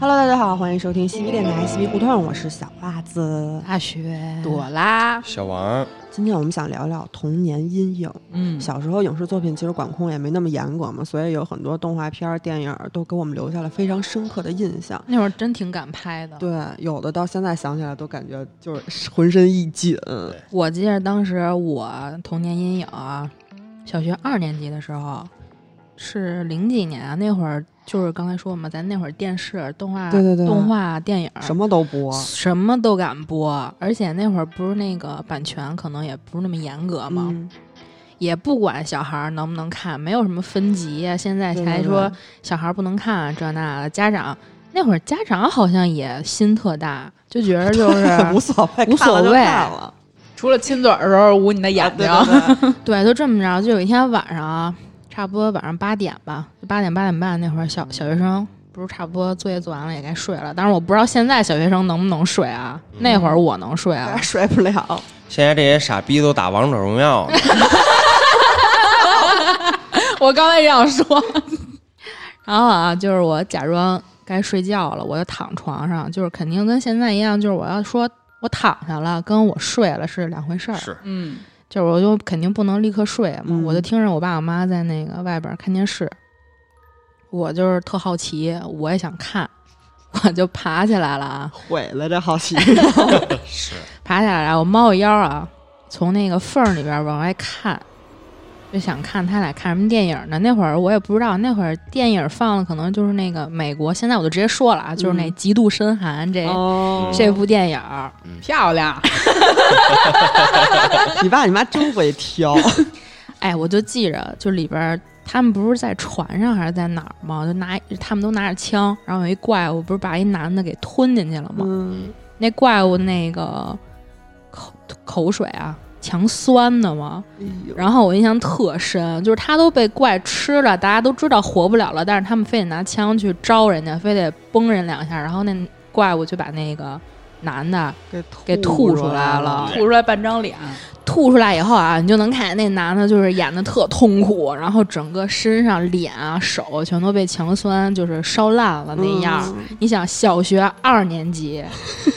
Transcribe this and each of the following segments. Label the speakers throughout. Speaker 1: Hello，大家好，欢迎收听西皮电台西皮胡同，我是小袜子。哎
Speaker 2: 大学，
Speaker 3: 朵拉，
Speaker 4: 小王，
Speaker 1: 今天我们想聊聊童年阴影。
Speaker 3: 嗯，
Speaker 1: 小时候影视作品其实管控也没那么严格嘛，所以有很多动画片儿、电影儿都给我们留下了非常深刻的印象。
Speaker 3: 那会儿真挺敢拍的。
Speaker 1: 对，有的到现在想起来都感觉就是浑身一紧。
Speaker 3: 我记得当时我童年阴影啊，小学二年级的时候，是零几年啊，那会儿就是刚才说嘛，咱那会儿电视、动画、
Speaker 1: 对对对
Speaker 3: 动画、电影
Speaker 1: 什么都播，
Speaker 3: 什么都敢播，而且那会儿不是那个版权可能也不是那么严格嘛，
Speaker 1: 嗯，
Speaker 3: 也不管小孩儿能不能看，没有什么分级啊。现在
Speaker 1: 对
Speaker 3: 才
Speaker 1: 对
Speaker 3: 说
Speaker 1: 对
Speaker 3: 小孩儿不能看啊这那的，家长那会儿家长好像也心特大，就觉得就是
Speaker 1: 无所谓，
Speaker 3: 无所
Speaker 1: 看了就
Speaker 3: 谓
Speaker 1: 看了
Speaker 2: 除了亲嘴儿的时候捂你的眼睛，
Speaker 1: 啊对对对
Speaker 3: 对，就这么着。就有一天晚上，啊差不多晚上八点吧，八点八点半那会儿，小小学生不是差不多作业做完了也该睡了。但是我不知道现在小学生能不能睡啊？那会儿
Speaker 1: 嗯
Speaker 3: 我能睡
Speaker 1: 有
Speaker 3: 啊
Speaker 1: 点。睡不了。
Speaker 4: 现在这些傻逼都打王者荣耀呢，
Speaker 3: 我刚才也想说，然后啊，就是我假装该睡觉了，我就躺床上，就是肯定跟现在一样，就是我要说我躺下了，跟我睡了是两回事儿。
Speaker 4: 是
Speaker 2: 嗯，
Speaker 3: 就是我就肯定不能立刻睡嘛，
Speaker 1: 嗯
Speaker 3: 我就听着我爸我妈在那个外边儿看电视，我就是特好奇，我也想看，我就爬起来了啊，
Speaker 1: 毁了这好习
Speaker 4: 是
Speaker 3: 爬起来了，我猫个腰啊，从那个缝儿里边儿往外看，就想看他俩看什么电影呢？那会儿我也不知道，那会儿电影放了，可能就是那个美国，现在我就直接说了啊，就是那
Speaker 1: 嗯
Speaker 3: 《极度深寒》这、
Speaker 1: 哦
Speaker 3: 这部电影儿，
Speaker 2: 漂亮，
Speaker 1: 你爸你妈真会挑，
Speaker 3: 哎，我就记着，就里边儿他们不是在船上还是在哪儿吗？就拿他们都拿着枪，然后有一怪物不是把一男的给吞进去了吗？
Speaker 1: 嗯，
Speaker 3: 那怪物那个口口水啊，强酸的嘛。
Speaker 1: 哎呦
Speaker 3: 然后我印象特深，就是他都被怪吃了，大家都知道活不了了，但是他们非得拿枪去招人家，非得崩人两下，然后那怪物就把那个男的
Speaker 1: 给
Speaker 3: 给吐出来了
Speaker 2: 吐出来半张脸，
Speaker 3: 吐出来以后啊，你就能看见那男的就是演的特痛苦，然后整个身上、脸啊、手全都被强酸就是烧烂了那样。你想，小学二年级，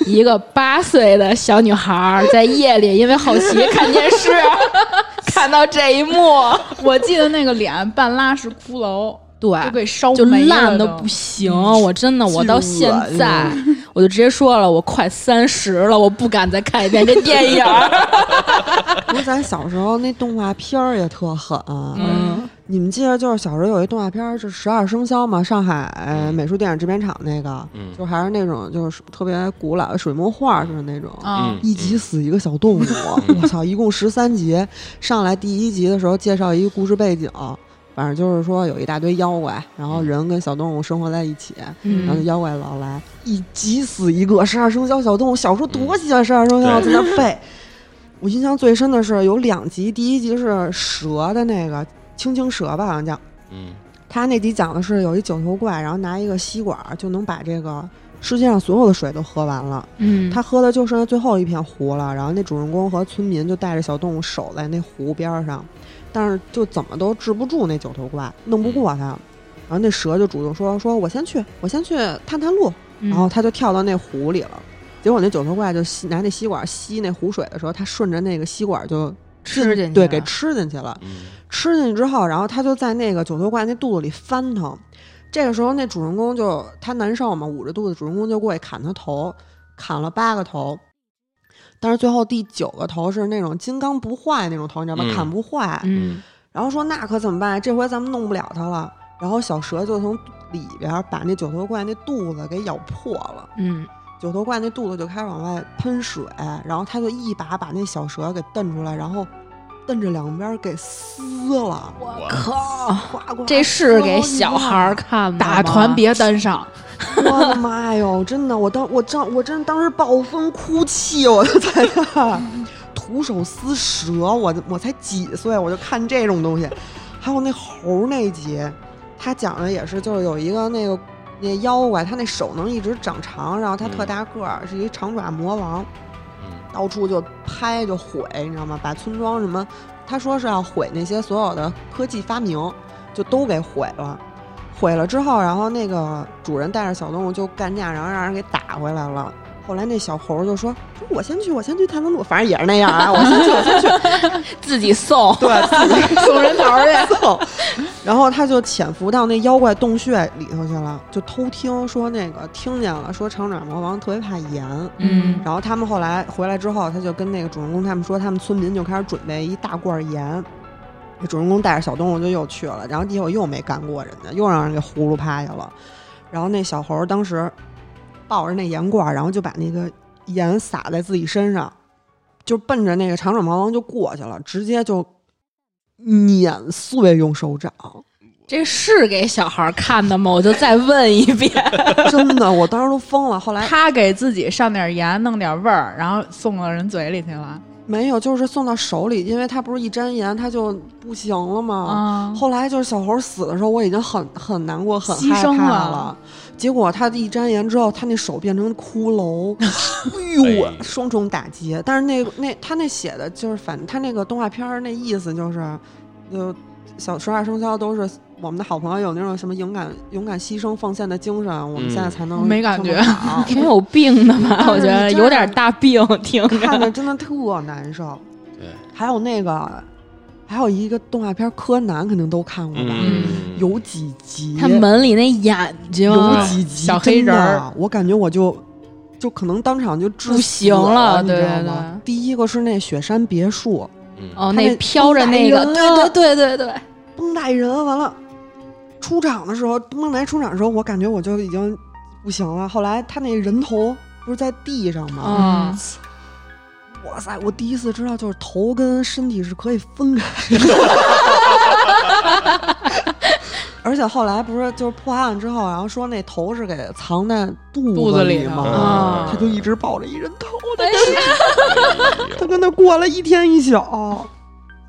Speaker 3: 一个八岁的小女孩儿在夜里因为好奇看电视， 看到这一幕，
Speaker 2: 我记得那个脸半拉是骷髅，
Speaker 3: 对，
Speaker 2: 都给烧
Speaker 3: 就
Speaker 2: 没
Speaker 3: 烂
Speaker 2: 了
Speaker 3: 的
Speaker 2: 都
Speaker 3: 不行，我真的，我到现
Speaker 1: 巨恶
Speaker 3: 在我就直接说了，我快三十了，我不敢再看一遍这电影儿。
Speaker 1: 不是咱小时候那动画片儿也特狠、
Speaker 2: 嗯，
Speaker 1: 你们记得就是小时候有一动画片儿是《十二生肖》嘛，上海、呃
Speaker 4: 嗯
Speaker 1: 美术电影制片厂那个，
Speaker 4: 嗯
Speaker 1: 就还是那种就是特别古老的水墨画似的那种。
Speaker 2: 啊
Speaker 4: 嗯，
Speaker 1: 一集死一个小 动物，我操！一共十三集，上来第一集的时候介绍一个故事背景，反正就是说有一大堆妖怪，然后人跟小动物生活在一起，然后
Speaker 3: 嗯，
Speaker 1: 妖怪老来，一急死一个十二生肖小动物。小时候多喜欢十二生肖，
Speaker 4: 嗯
Speaker 1: 在那儿背。我印象最深的是有两集，第一集是蛇的那个青青蛇吧，好像叫。
Speaker 4: 嗯
Speaker 1: 他那集讲的是有一九头怪，然后拿一个吸管儿就能把这个世界上所有的水都喝完了。
Speaker 3: 嗯，
Speaker 1: 他喝的就剩下最后一片湖了。然后那主人公和村民就带着小动物守在那湖边儿上，但是就怎么都治不住那九头怪，弄
Speaker 3: 嗯
Speaker 1: 不过他。然后那蛇就主动说：“说我先去，我先去探探路。”
Speaker 3: 嗯
Speaker 1: 然后他就跳到那湖里了。结果那九头怪就吸拿那吸管吸那湖水的时候，他顺着那个吸管就
Speaker 3: 吃进去，
Speaker 1: 对给吃进去了。
Speaker 4: 嗯
Speaker 1: 吃进去之后，然后他就在那个九头怪那肚子里翻腾。这个时候，那主人公就他难受嘛，捂着肚子，主人公就过去砍他头，砍了八个头。但是最后第九个头是那种金刚不坏那种头，你知道吧？
Speaker 4: 嗯
Speaker 1: 砍不坏。
Speaker 3: 嗯
Speaker 1: 然后说那可怎么办？这回咱们弄不了他了。然后小蛇就从里边把那九头怪那肚子给咬破了，
Speaker 3: 嗯
Speaker 1: 九头怪那肚子就开始往外喷水，然后他就一把把那小蛇给蹬出来，然后蹬着两边给撕了。
Speaker 2: 嗯
Speaker 3: 我
Speaker 4: 我
Speaker 3: 靠，
Speaker 1: 哗哗
Speaker 3: 这
Speaker 1: 哦
Speaker 3: 是给小孩儿看的吗
Speaker 2: 打团，别单上，
Speaker 1: 我的妈哟！真的，我当我真我真当时暴风哭泣，我就在那徒手撕蛇，我我才几岁我就看这种东西，还有那猴儿那集，他讲的也是，就是有一个那个那妖怪他那手能一直长长，然后他
Speaker 3: 嗯
Speaker 1: 特大个儿，是一长爪魔王，
Speaker 4: 嗯
Speaker 1: 到处就拍就毁，你知道吗？把村庄什么，他说是要毁那些所有的科技发明，就都给毁了。毁了之后，然后那个主人带着小动物就干架，然后让人给打回来了。后来那小猴就说：“说我先去，我先去探探路，反正也是那样啊，我先去，我先去。”
Speaker 3: 自己送，
Speaker 1: 对，送人头去。 送，然后他就潜伏到那妖怪洞穴里头去了，就偷听说那个听见了，说长爪魔王特别怕盐。
Speaker 3: 嗯
Speaker 1: 然后他们后来回来之后，他就跟那个主人公他们说，他们村民就开始准备一大罐盐。那主人公带着小动物就又去了，然后结果又没干过人家，又让人给呼噜趴下了。然后那小猴儿当时抱着那盐罐儿，然后就把那个盐撒在自己身上，就奔着那个长爪毛王就过去了，直接就嗯碾碎用手掌。
Speaker 3: 这是给小孩看的吗？我就再问一遍。
Speaker 1: 真的，我当时都疯了。后来
Speaker 2: 他给自己上点盐，弄点味儿，然后送到人嘴里去了。
Speaker 1: 没有，就是送到手里，因为它不是一沾盐它就不行了吗？
Speaker 2: 啊
Speaker 1: 哦后来就是小猴死的时候，我已经很很难过，很
Speaker 2: 牺
Speaker 1: 害
Speaker 2: 牲
Speaker 1: 怕
Speaker 2: 了
Speaker 1: 了。结果他一沾盐之后，他那手变成骷髅，哎呦，
Speaker 4: 哎
Speaker 1: 双重打击。但是那那他那写的就是反，他那个动画片儿那意思就是，就小十二生肖都是我们的好朋友，有那种什么勇敢、勇敢牺牲、奉献的精神，我们现在
Speaker 4: 嗯
Speaker 1: 才能
Speaker 2: 没感
Speaker 1: 这么
Speaker 2: 觉
Speaker 1: 好
Speaker 3: 挺有病的吧？
Speaker 1: 但是
Speaker 3: 我觉得
Speaker 1: 这
Speaker 3: 有点大病，听
Speaker 1: 看
Speaker 3: 着。
Speaker 1: 着真的特难受。
Speaker 4: 对，
Speaker 1: 还有那个，还有一个动画片《柯南》，肯定都看过吧？
Speaker 4: 嗯，
Speaker 1: 有几集，
Speaker 3: 他门里那眼睛啊
Speaker 1: 有几集
Speaker 2: 小黑人儿
Speaker 1: 真的我感觉我就就可能当场就致
Speaker 3: 不
Speaker 1: 死
Speaker 3: 行
Speaker 1: 了，
Speaker 3: 了
Speaker 1: 你
Speaker 3: 对
Speaker 1: 知道
Speaker 3: 对
Speaker 1: 吗？第一个是那雪山别墅，
Speaker 4: 嗯，
Speaker 3: 哦，
Speaker 1: 他那
Speaker 3: 那飘着那个，
Speaker 1: 绷带人
Speaker 3: 对对对对对，
Speaker 1: 绷带人完了，出场的时候，孟来出场的时候，我感觉我就已经不行了。后来他那人头不是在地上吗？
Speaker 3: 嗯，
Speaker 1: 哇塞！我第一次知道，就是头跟身体是可以分开的。而且后来不是就是破案之后，然后说那头是给藏在肚
Speaker 2: 肚子
Speaker 1: 里
Speaker 2: 里
Speaker 1: 吗？
Speaker 2: 头
Speaker 3: 啊
Speaker 1: 他就一直抱着一人头，
Speaker 3: 哎
Speaker 1: 他跟他过了一天一宿。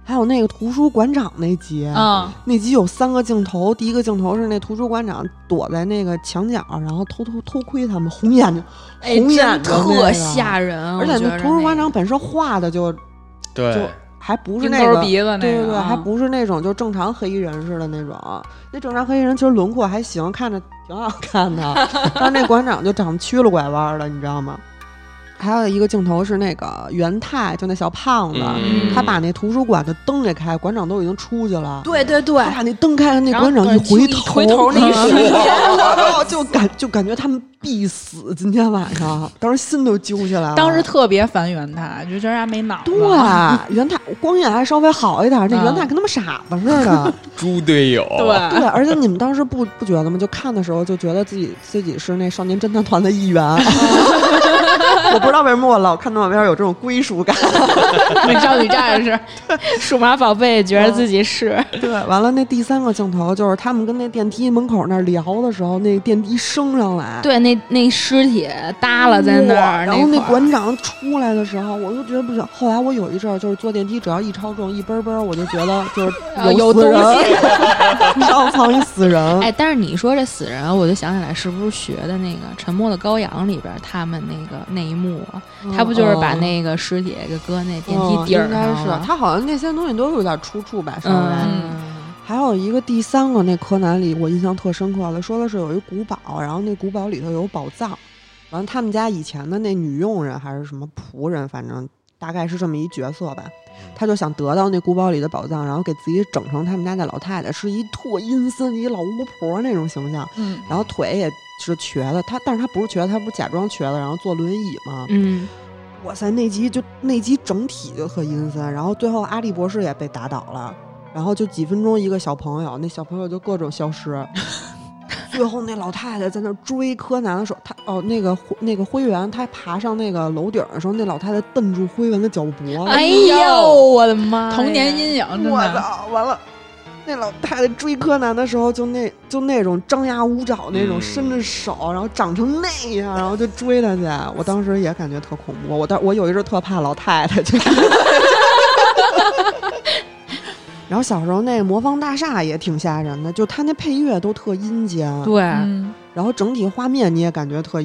Speaker 1: 还有那个图书馆长那集，
Speaker 2: 嗯，
Speaker 1: 那集有三个镜头，第一个镜头是那图书馆长躲在那个墙角，然后偷偷偷窥他们，红眼睛，
Speaker 3: 哎，
Speaker 1: 红眼
Speaker 3: 真
Speaker 1: 睛那
Speaker 3: 特
Speaker 1: 个
Speaker 3: 吓人。
Speaker 1: 而且
Speaker 3: 啊我觉
Speaker 1: 那
Speaker 3: 得
Speaker 1: 图书馆长本身画的就就
Speaker 4: 对，
Speaker 1: 还不是
Speaker 2: 鹰
Speaker 1: 那个
Speaker 2: 钩鼻子那个，
Speaker 1: 对对对，还
Speaker 3: 啊
Speaker 2: 嗯
Speaker 1: 不是那种就正常黑衣人似的那种。那正常黑衣人其实轮廓还行，看着挺好看的， 但是那馆长就长得曲了拐弯的，你知道吗？还有一个镜头是那个元太，就那小胖子，
Speaker 4: 嗯
Speaker 1: 他把那图书馆的灯给开，馆长都已经出去了。
Speaker 3: 对对对
Speaker 1: 他把那灯开，那
Speaker 3: 然后
Speaker 1: 馆长
Speaker 3: 馆长
Speaker 1: 回
Speaker 3: 一
Speaker 1: 头，
Speaker 3: 回头那一瞬间
Speaker 1: 然后就感就感觉他们必死。今天晚上，当时心都揪起来了。
Speaker 2: 当时特别烦元太，就觉得他没脑子。
Speaker 1: 对，元太光彦还稍微好一
Speaker 3: 嗯
Speaker 1: 点，那元太跟他们傻子似的。
Speaker 4: 猪队友，啊
Speaker 2: 对，
Speaker 1: 对，而且你们当时不不觉得吗？就看的时候就觉得自己自己是那少年侦探团的一员。啊 我不知道为什么我老看动画片有这种归属感。
Speaker 3: 美 少女战士、数码宝贝，觉得自己是
Speaker 1: 对，完了那第三个镜头就是他们跟那电梯门口那儿聊的时候，那电梯升上来，
Speaker 3: 对那那尸体耷拉在那
Speaker 1: 哇
Speaker 3: 儿，
Speaker 1: 然后
Speaker 3: 那
Speaker 1: 那
Speaker 3: 块儿
Speaker 1: 馆长出来的时候，我都觉得不行。后来我有一阵儿就是坐电梯，只要一超重一嘣嘣，我就觉得就是
Speaker 3: 啊
Speaker 1: 有
Speaker 3: 有
Speaker 1: 死
Speaker 3: 东
Speaker 1: 人，
Speaker 3: 西。
Speaker 1: 上藏一死人。
Speaker 3: 哎，但是你说这死人，我就想起来是不是学的那个《沉默的羔羊》里边儿他们那个那一幕啊？他不就是把
Speaker 1: 嗯
Speaker 3: 那个尸体给搁那电
Speaker 1: 嗯
Speaker 3: 梯底儿
Speaker 1: 应该
Speaker 3: 上
Speaker 1: 是
Speaker 3: 了
Speaker 1: 他好像那些东西都有点出处吧，稍微。
Speaker 3: 嗯，
Speaker 1: 还有一个第三个那柯南里我印象特深刻的，说的是有一古堡，然后那古堡里头有宝藏，完了他们家以前的那女佣人还是什么仆人，反正大概是这么一角色吧，他就想得到那古堡里的宝藏，然后给自己整成他们家那老太太，是一特阴森一老巫婆那种形象，
Speaker 2: 嗯，
Speaker 1: 然后腿也是瘸的，他但是他不是瘸的，他不是假装瘸的，然后坐轮椅吗？
Speaker 3: 嗯，
Speaker 1: 哇塞，那集就那集整体就特阴森，然后最后阿笠博士也被打倒了，然后就几分钟一个小朋友，那小朋友就各种消失。最后那老太太在那追柯南的时候，她哦那个灰那个灰原，她爬上那个楼顶的时候，那老太太蹬住灰原的脚脖子，
Speaker 3: 哎呦，我的妈呀！
Speaker 2: 童年阴啊影真
Speaker 1: 哎我
Speaker 2: 的，
Speaker 1: 操，完了！那老太太追柯南的时候，就那就那种张牙舞爪那种，
Speaker 4: 嗯
Speaker 1: 伸着手，然后长成那样，然后就追他去。我当时也感觉特恐怖，我当我有一阵儿特怕老太太，就。 然后小时候那个魔方大厦也挺吓人的，就他那配乐都特阴间。
Speaker 3: 对，
Speaker 2: 嗯，
Speaker 1: 然后整体画面你也感觉特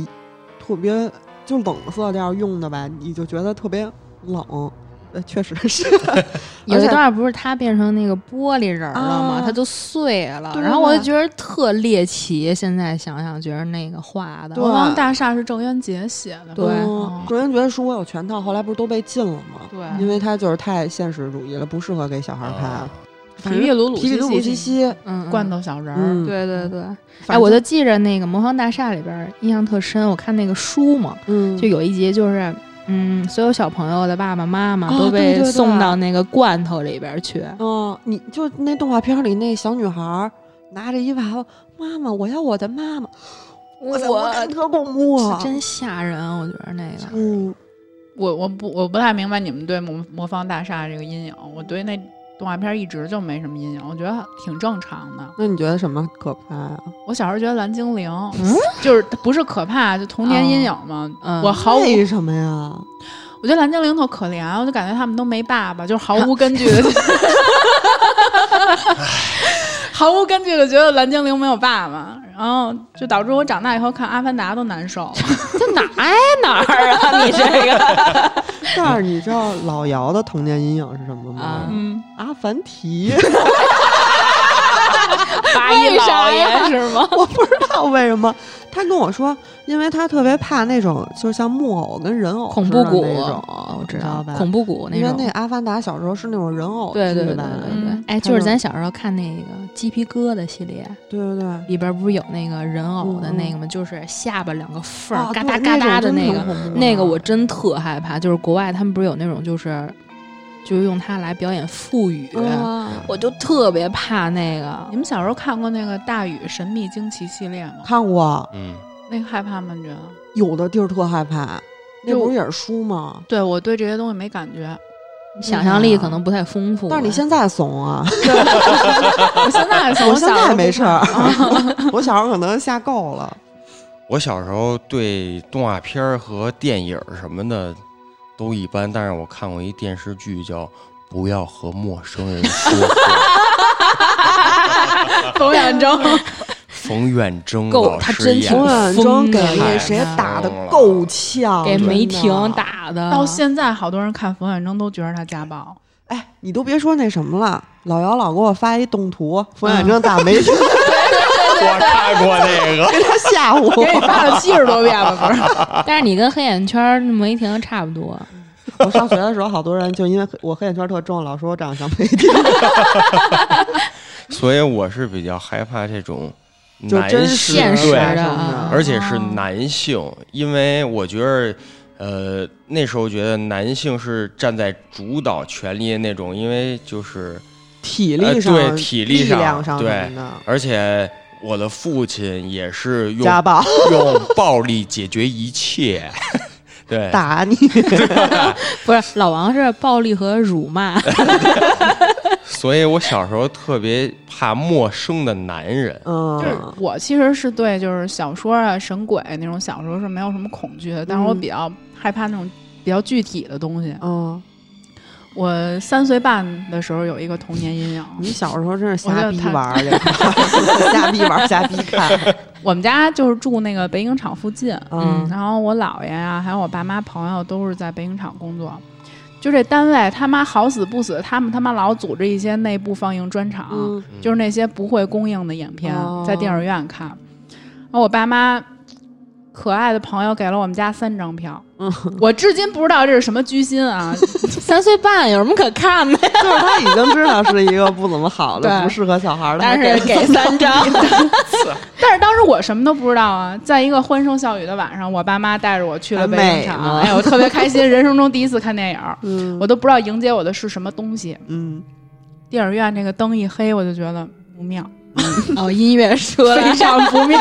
Speaker 1: 特别就冷色调用的吧，你就觉得特别冷。呃，确实是，
Speaker 3: 有
Speaker 1: 而
Speaker 3: 一
Speaker 1: 且
Speaker 3: 段不是他变成那个玻璃人儿了
Speaker 1: 啊
Speaker 3: 吗？他就碎了，
Speaker 1: 对
Speaker 3: 然后我就觉得特猎奇。现在想想，觉得那个画的
Speaker 1: 对
Speaker 5: 国王大厦是郑渊洁写的，
Speaker 3: 对
Speaker 1: 嗯郑渊洁书我有全套，后来不是都被禁了吗？
Speaker 3: 对
Speaker 1: 因为它就是太现实主义了，不适合给小
Speaker 4: 哦
Speaker 1: 孩看。反
Speaker 5: 皮
Speaker 1: 正
Speaker 5: 皮鲁鲁
Speaker 1: 皮皮鲁鲁
Speaker 5: 西，
Speaker 1: 西西，
Speaker 3: 嗯
Speaker 2: 罐。
Speaker 3: 嗯
Speaker 2: 头小人儿，
Speaker 1: 嗯，
Speaker 3: 对对对，
Speaker 1: 反
Speaker 3: 哎，
Speaker 1: 正
Speaker 3: 我就记着那个《魔方大厦》里边儿印象特深，我看那个书嘛，
Speaker 1: 嗯，
Speaker 3: 就有一集就是，嗯，所有小朋友的爸爸妈妈
Speaker 1: 啊对
Speaker 3: 都
Speaker 1: 对
Speaker 3: 被
Speaker 1: 对
Speaker 3: 送到那个罐头里边去。
Speaker 1: 嗯，你就那动画片里那小女孩儿拿着一娃娃，妈妈，我要我的妈妈，哇塞，我感觉特恐怖啊！
Speaker 3: 是真吓人，我觉得那个
Speaker 1: 嗯，
Speaker 2: 我我不我不太明白你们对魔魔方大厦这个阴影，我对那动画片一直就没什么阴影，我觉得挺正常的。
Speaker 1: 那你觉得什么可怕呀？
Speaker 2: 我小时候觉得蓝精灵， 就是它不是可怕，就童年阴影嘛。
Speaker 3: 嗯
Speaker 2: 我毫无，
Speaker 1: 为什么呀？
Speaker 2: 我觉得蓝精灵特可怜，我就感觉他们都没爸爸，就是毫 无根据的，毫无根据的觉得蓝精灵没有爸爸，然后就导致我长大以后看《阿凡达》都难 受。
Speaker 3: 这哪挨哪儿啊？你这 个
Speaker 1: 但是你知道老姚的童年阴影是什么吗
Speaker 3: 啊？
Speaker 2: 嗯，
Speaker 1: 阿凡提，
Speaker 3: 八一老爷是吗？
Speaker 1: 我不知道为什么，他跟我说，因为他特别怕那种，就是像木偶跟人偶
Speaker 3: 恐怖谷
Speaker 1: 似的那种，哦我
Speaker 3: 知
Speaker 1: 道吧？
Speaker 3: 恐怖谷那
Speaker 1: 因为
Speaker 3: 种
Speaker 1: 那。阿凡达小时候是那种人偶
Speaker 3: 对对
Speaker 1: 剧
Speaker 3: 对对
Speaker 1: 吧
Speaker 3: 对对
Speaker 2: 嗯，
Speaker 3: 哎，
Speaker 1: 他
Speaker 3: 就是
Speaker 1: 就
Speaker 3: 咱小时候看那个鸡皮疙瘩系列，
Speaker 1: 对对对，
Speaker 3: 里边不是有那个人偶的
Speaker 1: 嗯嗯
Speaker 3: 那个吗？就是下巴两个缝
Speaker 1: 啊
Speaker 3: 儿，嘎
Speaker 1: 对
Speaker 3: 哒嘎
Speaker 1: 那
Speaker 3: 哒
Speaker 1: 种
Speaker 3: 的
Speaker 1: 真啊
Speaker 3: 那
Speaker 1: 挺
Speaker 3: 个，
Speaker 1: 恐怖
Speaker 3: 那
Speaker 1: 的嗯
Speaker 3: 个我真特害怕。就是国外他们不是有那种就是，就是用它来表演腹语，
Speaker 1: 啊
Speaker 3: 我就特别怕那个。
Speaker 1: 嗯
Speaker 2: 你们小时候看过那个《大禹神秘惊奇》系列吗？
Speaker 1: 看过，
Speaker 4: 嗯，
Speaker 2: 那个害怕吗？你觉得？
Speaker 1: 有的地儿特害怕，那
Speaker 2: 就
Speaker 1: 不是也是书吗？
Speaker 2: 对我对这些东西没感觉，
Speaker 3: 想象力可能不太丰富吧。
Speaker 1: 但是你现在怂 啊！
Speaker 2: 我现在还
Speaker 1: 我
Speaker 2: 小
Speaker 1: 现
Speaker 2: 时
Speaker 1: 在
Speaker 2: 候
Speaker 1: 没事儿，
Speaker 3: 啊
Speaker 1: 我小时候可能吓够 了。
Speaker 4: 我小时候对动画片儿和电影儿什么的都一般，但是我看过一电视剧叫《不要和陌生人说话》，
Speaker 2: 冯远征，
Speaker 1: 哦
Speaker 4: 冯远征
Speaker 3: 够
Speaker 4: 老
Speaker 3: 他
Speaker 4: 师
Speaker 3: 真
Speaker 4: 演
Speaker 3: 挺
Speaker 1: 冯远征
Speaker 4: 的。
Speaker 1: 给
Speaker 3: 疯的
Speaker 1: 那谁打的
Speaker 4: 太疯了
Speaker 1: 够呛，
Speaker 3: 给梅
Speaker 1: 真的啊
Speaker 3: 婷。打的，
Speaker 1: 嗯
Speaker 2: 到现在好多人看冯远征都觉得他家暴。
Speaker 1: 哎，你都别说那什么了，老姚老给我发一动图，冯远征打梅婷，
Speaker 4: 我看过那个，
Speaker 1: 给他吓唬
Speaker 2: 给你
Speaker 1: 我。
Speaker 2: 发了七十多遍了，不是？
Speaker 3: 但是你跟黑眼圈梅婷差不多，
Speaker 1: 我上学的时候，好多人就因为我黑眼圈特重，老说我长得像梅婷，
Speaker 4: 所以我是比较害怕这种
Speaker 1: 就
Speaker 4: 男
Speaker 1: 真
Speaker 4: 性
Speaker 3: 现实
Speaker 4: 对呃
Speaker 1: 的
Speaker 3: 的
Speaker 1: 啊
Speaker 4: 而且是男性，因为我觉得，呃，那时候觉得男性是站在主导权力的那种，因为就是，
Speaker 1: 体力上、
Speaker 4: 呃对体力上
Speaker 1: 量上
Speaker 4: 对
Speaker 1: 什么的
Speaker 4: 而且我的父亲也是用
Speaker 1: 家暴
Speaker 4: 用暴力解决一切， 对，
Speaker 1: 打你。
Speaker 3: 不是老王是暴力和辱骂，
Speaker 4: 所以我小时候特别怕陌生的男人，
Speaker 2: 就是
Speaker 1: 嗯，
Speaker 2: 我其实是对就是小说啊、神鬼那种小说是没有什么恐惧的，但是我
Speaker 1: 嗯
Speaker 2: 比较害怕那种比较具体的东西。
Speaker 1: 嗯，
Speaker 2: 我三岁半的时候有一个童年阴影，
Speaker 1: 你小时候真是
Speaker 2: 我觉
Speaker 1: 瞎
Speaker 2: 得
Speaker 1: 逼
Speaker 2: 他
Speaker 1: 玩儿这块儿，瞎逼玩儿，瞎逼看。
Speaker 2: 我们家就是住那个北影厂附近，
Speaker 1: 嗯
Speaker 2: 然后我姥爷呀、还有我爸妈朋友都是在北影厂工作。就这单位，他妈好死不死，他们他妈老组织一些内部放映专场，
Speaker 1: 嗯
Speaker 2: 就是那些不会公映的影片，
Speaker 1: 哦
Speaker 2: 在电影院看。然后我爸妈可爱的朋友给了我们家三张票，
Speaker 1: 嗯，
Speaker 2: 我至今不知道这是什么居 心啊！
Speaker 3: 三岁半有什么可看的？
Speaker 1: 就是他已经知道是一个不怎么好的、
Speaker 3: 对
Speaker 1: 不适合小孩儿的，
Speaker 3: 但
Speaker 1: 还
Speaker 3: 是给三张，
Speaker 2: 但是当时我什么都不知道啊，在一个欢声笑语的晚上，我爸妈带着我去了北影
Speaker 1: 还美呢
Speaker 2: 厂，哎，我特别开心，人生中第一次看电影儿，
Speaker 1: 嗯
Speaker 2: 我都不知道迎接我的是什么东西。
Speaker 1: 嗯，
Speaker 2: 电影院这个灯一黑，我就觉得不妙，
Speaker 3: 哦，音乐说
Speaker 2: 非常不 妙。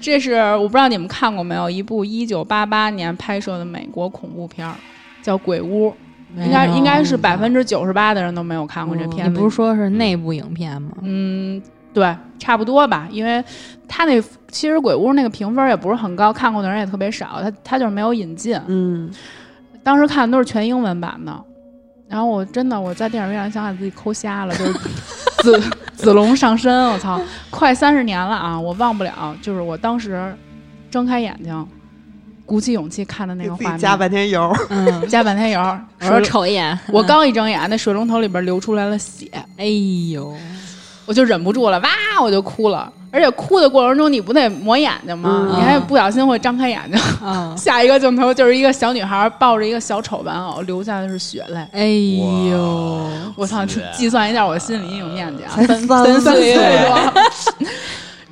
Speaker 2: 这是我不知道你们看过没有，一部一九八八年拍摄的美国恐怖片儿，叫《鬼屋》，应该应该是百分之九十八的人都没有看过这
Speaker 1: 嗯
Speaker 2: 片
Speaker 3: 你
Speaker 2: 子。
Speaker 3: 不是说是内部影片吗？
Speaker 2: 嗯，对，差不多吧，因为他那其实鬼屋那个评分也不是很高，看过的人也特别少，他他就是没有引进。
Speaker 1: 嗯，
Speaker 2: 当时看的都是全英文版的，然后我真的我在电影院想把自己抠瞎了，就是。 子子龙上身，我操，快三十年了啊，我忘不了，就是我当时睁开眼睛，鼓起勇气看的那
Speaker 1: 给
Speaker 2: 个
Speaker 1: 自
Speaker 2: 画
Speaker 1: 己
Speaker 2: 面，
Speaker 1: 加半天油，
Speaker 3: 嗯，
Speaker 2: 加半天油，
Speaker 3: 我说
Speaker 2: 水
Speaker 3: 瞅一眼，
Speaker 2: 我刚一睁眼，那水龙头里边流出来了血，
Speaker 3: 哎呦，
Speaker 2: 我就忍不住了，哇，我就哭了。而且哭的过程中，你不得抹眼睛吗？
Speaker 1: 嗯
Speaker 2: 你还不小心会张开眼睛。
Speaker 3: 啊，
Speaker 2: 下一个镜头就是一个小女孩抱着一个小丑玩偶，流下的是血泪。
Speaker 3: 哎呦，
Speaker 2: 我操！
Speaker 4: 血啊
Speaker 2: 计算一下我心理阴影面积啊，
Speaker 1: 才
Speaker 2: 三
Speaker 1: 三
Speaker 2: 三啊
Speaker 1: 岁
Speaker 2: 多，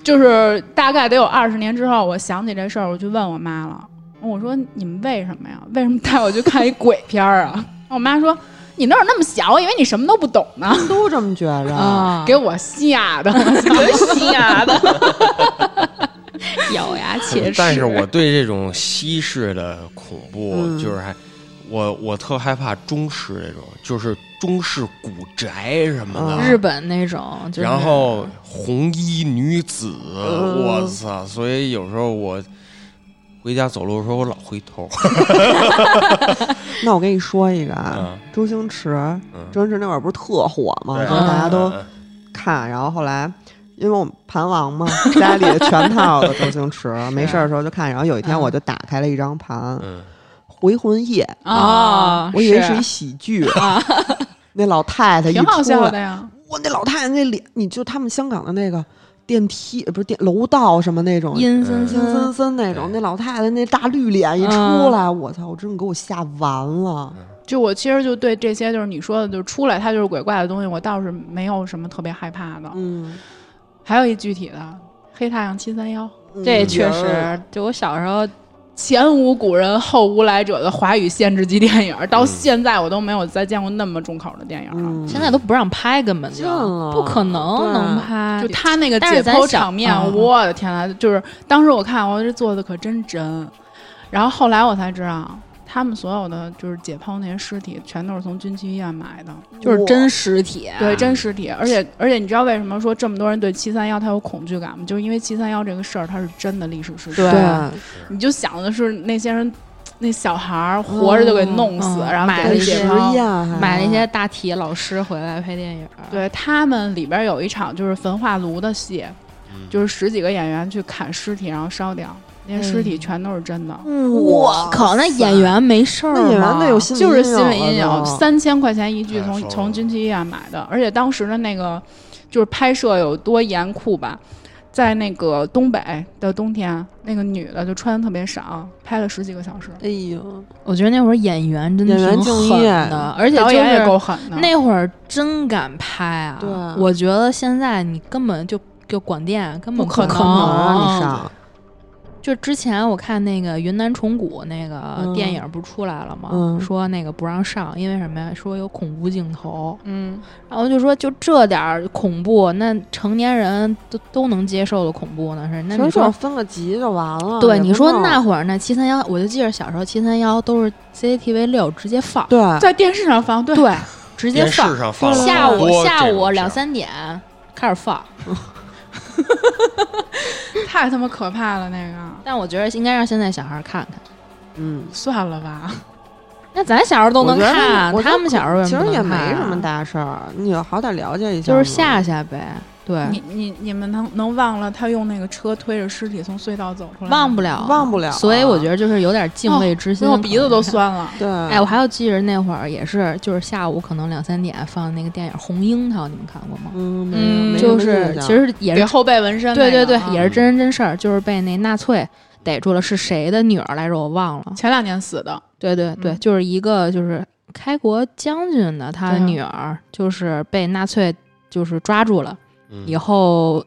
Speaker 2: 就是大概得有二十年之后，我想起这事儿，我去问我妈了。我说：“你们为什么呀？为什么带我去看一鬼片儿啊？” 我妈说：“你那有那么小？我以为你什么都不懂呢。
Speaker 1: 都这么觉着。
Speaker 3: 啊，
Speaker 2: 给我吓的，给吓的。
Speaker 3: 咬牙切齿，
Speaker 4: 但是我对这种西式的恐怖，
Speaker 1: 嗯
Speaker 4: 就是还我我特害怕中式这种，就是中式古宅什么的。
Speaker 1: 嗯
Speaker 3: 日本那种，就是
Speaker 4: 然后红衣女子，
Speaker 1: 嗯
Speaker 4: 我操！所以有时候我回家走路的时候，我老回头。
Speaker 1: 那我跟你说一个啊，
Speaker 4: 嗯
Speaker 1: 周星驰，
Speaker 4: 嗯，
Speaker 1: 周星驰那会儿不是特火
Speaker 3: 哦
Speaker 1: 吗？
Speaker 4: 对
Speaker 1: 然后大家都
Speaker 4: 嗯
Speaker 1: 看，然后后来因为我们盘王嘛，家里全套的周星驰，没事儿的时候就看。然后有一天我就打开了一张盘《
Speaker 4: 嗯
Speaker 1: 回魂夜》，
Speaker 3: 啊，
Speaker 1: 我以为是一喜剧。 那老太太一
Speaker 2: 挺好
Speaker 1: 出
Speaker 2: 笑的
Speaker 1: 来，
Speaker 2: 呀。
Speaker 1: 哇，那老太太那脸，你就他们香港的那个电梯，呃不是电楼道什么那种，
Speaker 3: 阴森
Speaker 1: 阴森
Speaker 3: 森，
Speaker 1: 森那种，
Speaker 4: 对
Speaker 1: 那老太太那大绿脸一出
Speaker 3: 嗯
Speaker 1: 来，我操，我真给我吓完了。
Speaker 2: 就我其实就对这些就是你说的，就是出来它就是鬼怪的东西，我倒是没有什么特别害怕的。
Speaker 1: 嗯，
Speaker 2: 还有一具体的黑太阳七三幺，
Speaker 3: 这
Speaker 1: 嗯
Speaker 3: 确实，就我小时候
Speaker 2: 前无古人后无来者的华语限制级电影，
Speaker 3: 嗯
Speaker 2: 到现在我都没有再见过那么重口的电影了。
Speaker 1: 嗯，
Speaker 3: 现在都不让拍，根本就
Speaker 1: 禁了
Speaker 3: 不可能
Speaker 1: 对
Speaker 3: 能拍
Speaker 2: 就，他那个
Speaker 3: 但是
Speaker 2: 解
Speaker 3: 咱
Speaker 2: 剖
Speaker 3: 小
Speaker 2: 场面，
Speaker 3: 嗯
Speaker 2: 我的天啊！就是当时我看，我这做的可真真。然后后来我才知道，他们所有的就是解剖那些尸体，全都是从军区医院买的。
Speaker 3: 就是真尸体，
Speaker 2: 对，真实体，而且而且你知道为什么说这么多人对七三幺它有恐惧感吗？就是因为七三幺这个事儿，它是真的历史事实。
Speaker 1: 对，
Speaker 2: 你就想的是那些人，那小孩儿活着就给弄
Speaker 3: 嗯
Speaker 2: 死，
Speaker 3: 嗯
Speaker 2: 然后
Speaker 3: 买
Speaker 2: 给
Speaker 3: 了
Speaker 2: 他
Speaker 3: 一
Speaker 2: 解
Speaker 3: 些
Speaker 2: 剖
Speaker 1: 实验还，
Speaker 3: 买了一些大体老师回来拍电影，，
Speaker 2: 对他们里边有一场就是焚化炉的戏，
Speaker 4: 嗯
Speaker 2: 就是十几个演员去砍尸体，然后烧掉，那些尸体全都是真的。
Speaker 3: 嗯我靠，那演员没事儿吗，啊
Speaker 1: 那演员那有心理
Speaker 2: 就是心理
Speaker 1: 理
Speaker 2: 阴影，
Speaker 3: 嗯
Speaker 1: 了都
Speaker 2: 三千块钱一具
Speaker 4: 太
Speaker 2: 从，
Speaker 4: 疯
Speaker 2: 从
Speaker 4: 了
Speaker 2: 军区医院买的，而且当时的那个就是拍摄有多严酷吧，在那个东北的冬天，那个女的就穿的特别少，拍了十几个小时，
Speaker 1: 哎呦，
Speaker 3: 我觉得那会儿演员真
Speaker 1: 演员
Speaker 3: 挺
Speaker 1: 敬
Speaker 3: 狠
Speaker 1: 业
Speaker 3: 的，而且就
Speaker 2: 导演也
Speaker 3: 是
Speaker 2: 够狠的。
Speaker 3: 那会儿真敢拍啊！
Speaker 1: 对
Speaker 3: 我觉得现在你根本就就广电根本
Speaker 2: 不可
Speaker 3: 能
Speaker 1: 可能
Speaker 2: 啊
Speaker 1: 让你上，
Speaker 3: 就之前我看那个云南虫谷那个
Speaker 1: 嗯
Speaker 3: 电影不是出来了吗？
Speaker 1: 嗯
Speaker 3: 说那个不让上，因为什么呀？说有恐怖镜头，
Speaker 2: 嗯，
Speaker 3: 然后就说就这点儿恐怖，那成年人都都能接受的恐怖呢是？
Speaker 1: 其
Speaker 3: 那你
Speaker 1: 实就是
Speaker 3: 说。
Speaker 1: 分个级就完了。
Speaker 3: 对，
Speaker 1: 也不
Speaker 3: 你说
Speaker 1: 弄
Speaker 3: 那会儿那七三幺，我就记着小时候七三幺都是 CCTV 六直接放，
Speaker 1: 对，
Speaker 2: 在电视上放，对，
Speaker 3: 对，直接
Speaker 4: 电
Speaker 3: 放
Speaker 4: 视，上放了
Speaker 3: 下
Speaker 4: 好
Speaker 3: 午
Speaker 4: 多
Speaker 3: 下
Speaker 4: 这种
Speaker 3: 午
Speaker 4: 片
Speaker 3: 两
Speaker 4: 儿
Speaker 3: 三点开始放，
Speaker 2: 太他妈可怕了那个。
Speaker 3: 但我觉得应该让现在小孩儿看看。
Speaker 1: 嗯，
Speaker 2: 算了吧，
Speaker 3: 那咱小时候都能看，
Speaker 1: 我觉得我觉得
Speaker 3: 他们小时候为
Speaker 1: 其
Speaker 3: 什
Speaker 1: 实
Speaker 3: 么不能
Speaker 1: 也
Speaker 3: 看啊
Speaker 1: 没什么，大事儿，你好歹了解一下
Speaker 3: 就
Speaker 1: 嘛，
Speaker 3: 是吓吓呗。对，
Speaker 2: 你你你们能能忘了他用那个车推着尸体从隧道走出来吗？哦
Speaker 3: 忘不了，
Speaker 1: 忘不了啊。
Speaker 3: 所以我觉得就是有点敬畏之心，
Speaker 2: 我鼻子都。酸了。
Speaker 1: 对，
Speaker 3: 哎，我还有记着那会儿也是，就是下午可能两三点放那个电影《红樱桃》，你们看过吗？
Speaker 1: 嗯，没
Speaker 2: 嗯
Speaker 1: 没什
Speaker 3: 就
Speaker 1: 么
Speaker 3: 是
Speaker 1: 印象
Speaker 3: 其实也
Speaker 2: 给
Speaker 3: 是
Speaker 2: 后背纹身那
Speaker 3: 对
Speaker 2: 个啊，
Speaker 3: 对对，也是真人真事儿，就是被那纳粹逮住了，是谁的女儿来着？我忘了。
Speaker 2: 前两年死的，
Speaker 3: 对对对，
Speaker 2: 嗯
Speaker 3: 就是一个就是开国将军的他的
Speaker 1: 啊
Speaker 2: 对
Speaker 3: 女儿，就是被纳粹就是抓住了，
Speaker 4: 嗯
Speaker 3: 以后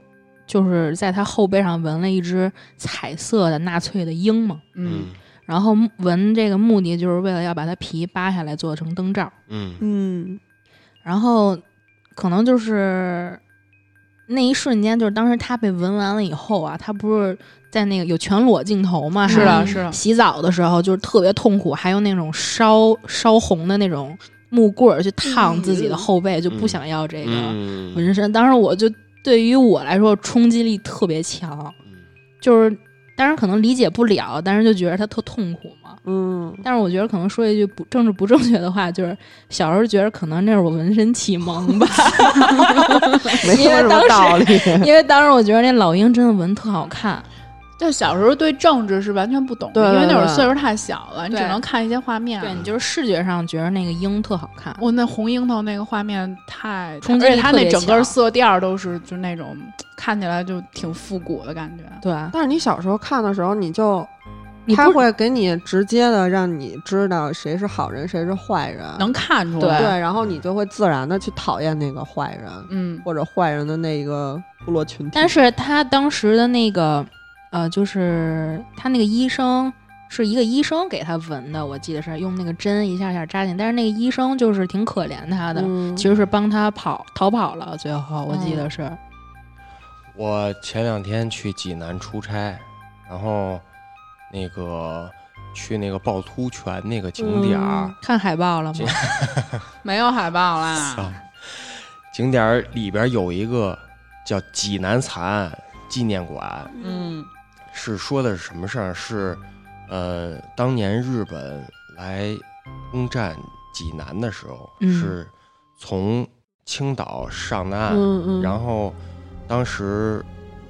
Speaker 3: 就是在他后背上纹了一只彩色的纳粹的鹰嘛，
Speaker 2: 嗯，
Speaker 4: 嗯
Speaker 3: 然后目纹这个目的就是为了要把它皮扒下来做成灯罩，
Speaker 4: 嗯
Speaker 1: 嗯，
Speaker 3: 然后可能就是那一瞬间，就是当时他被纹完了以后啊，他不是在那个有全裸镜头嘛，
Speaker 2: 啊嗯是的，
Speaker 3: 还
Speaker 2: 是的，
Speaker 3: 洗澡的时候就是特别痛苦，还用那种烧烧红的那种木棍儿去烫自
Speaker 2: 嗯
Speaker 3: 己的后背，就不想要这个
Speaker 4: 嗯
Speaker 3: 纹身。当时我就对于我来说冲击力特别强，
Speaker 4: 嗯
Speaker 3: 就是当然可能理解不了，但是就觉得它特痛苦嘛。
Speaker 1: 嗯，
Speaker 3: 但是我觉得可能说一句不政治不正确的话，就是小时候觉得可能那是我纹身启蒙 吧，
Speaker 1: 没
Speaker 3: 因
Speaker 1: 说
Speaker 3: 为
Speaker 1: 什
Speaker 3: 当
Speaker 1: 么
Speaker 3: 时
Speaker 1: 道理。
Speaker 3: 因为当时我觉得那老鹰真的纹特好看，
Speaker 2: 但小时候对政治是完全不懂的，
Speaker 1: 对对
Speaker 2: 因为那会儿
Speaker 1: 对
Speaker 2: 岁数太小了，你只
Speaker 3: 对
Speaker 2: 能看一些画面。啊
Speaker 3: 对你就是视觉上觉得那个鹰特好看，
Speaker 2: 我那红樱桃那个画面太，
Speaker 3: 冲
Speaker 2: 而
Speaker 3: 击力
Speaker 2: 且它
Speaker 3: 特
Speaker 2: 那
Speaker 3: 别
Speaker 2: 整个
Speaker 3: 强
Speaker 2: 色调都是就那种看起来就挺复古的感觉。
Speaker 3: 对，啊
Speaker 1: 但是你小时候看的时候，你就
Speaker 3: 你
Speaker 1: 他
Speaker 3: 不
Speaker 1: 会给你直接的让你知道谁是好人，谁是坏人，
Speaker 2: 能看出
Speaker 1: 对
Speaker 2: 来。，
Speaker 1: 然后你就会自然的去讨厌那个坏人
Speaker 2: 嗯，
Speaker 1: 或者坏人的那个部落群体。
Speaker 3: 但是他当时的那个，呃，就是他那个医生是一个医生给他纹的，我记得是用那个针一下下扎进，但是那个医生就是挺可怜他的，
Speaker 1: 嗯，
Speaker 3: 其实是帮他跑逃跑了，最后我记得是，
Speaker 4: 我前两天去济南出差，然后那个去那个趵突泉那个景点儿、
Speaker 1: 嗯
Speaker 3: 看海报了吗
Speaker 4: 这？
Speaker 6: 没有海报
Speaker 2: 嗯
Speaker 6: 啦，
Speaker 4: 啊，景点儿里边有一个叫济南惨案纪念馆，
Speaker 6: 嗯，
Speaker 4: 是说的是什么事儿？是呃，当年日本来攻占济南的时候，
Speaker 3: 嗯
Speaker 4: 是从青岛上的岸，
Speaker 1: 嗯嗯，
Speaker 4: 然后当时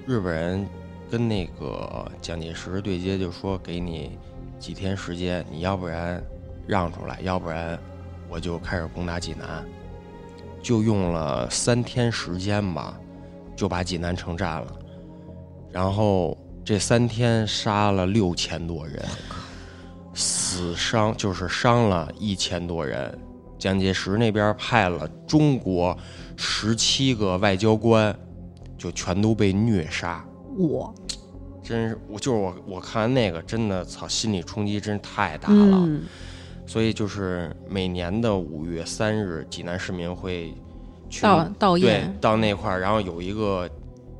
Speaker 4: 日本人跟那个蒋介石对接，就说给你几天时间，你要不然让出来，要不然我就开始攻打济南。就用了三天时间吧，就把济南城占了。然后这三天杀了六千多人，死伤就是伤了一千多人。蒋介石那边派了中国十七个外交官，就全都被虐杀。
Speaker 1: 我
Speaker 4: 真是我就是我，我看完那个真的操，心理冲击真是太大了。
Speaker 1: 嗯
Speaker 4: 所以就是每年的五月三日，济南市民会去
Speaker 3: 道道
Speaker 4: 对
Speaker 3: 彦，
Speaker 4: 到那块儿，然后有一个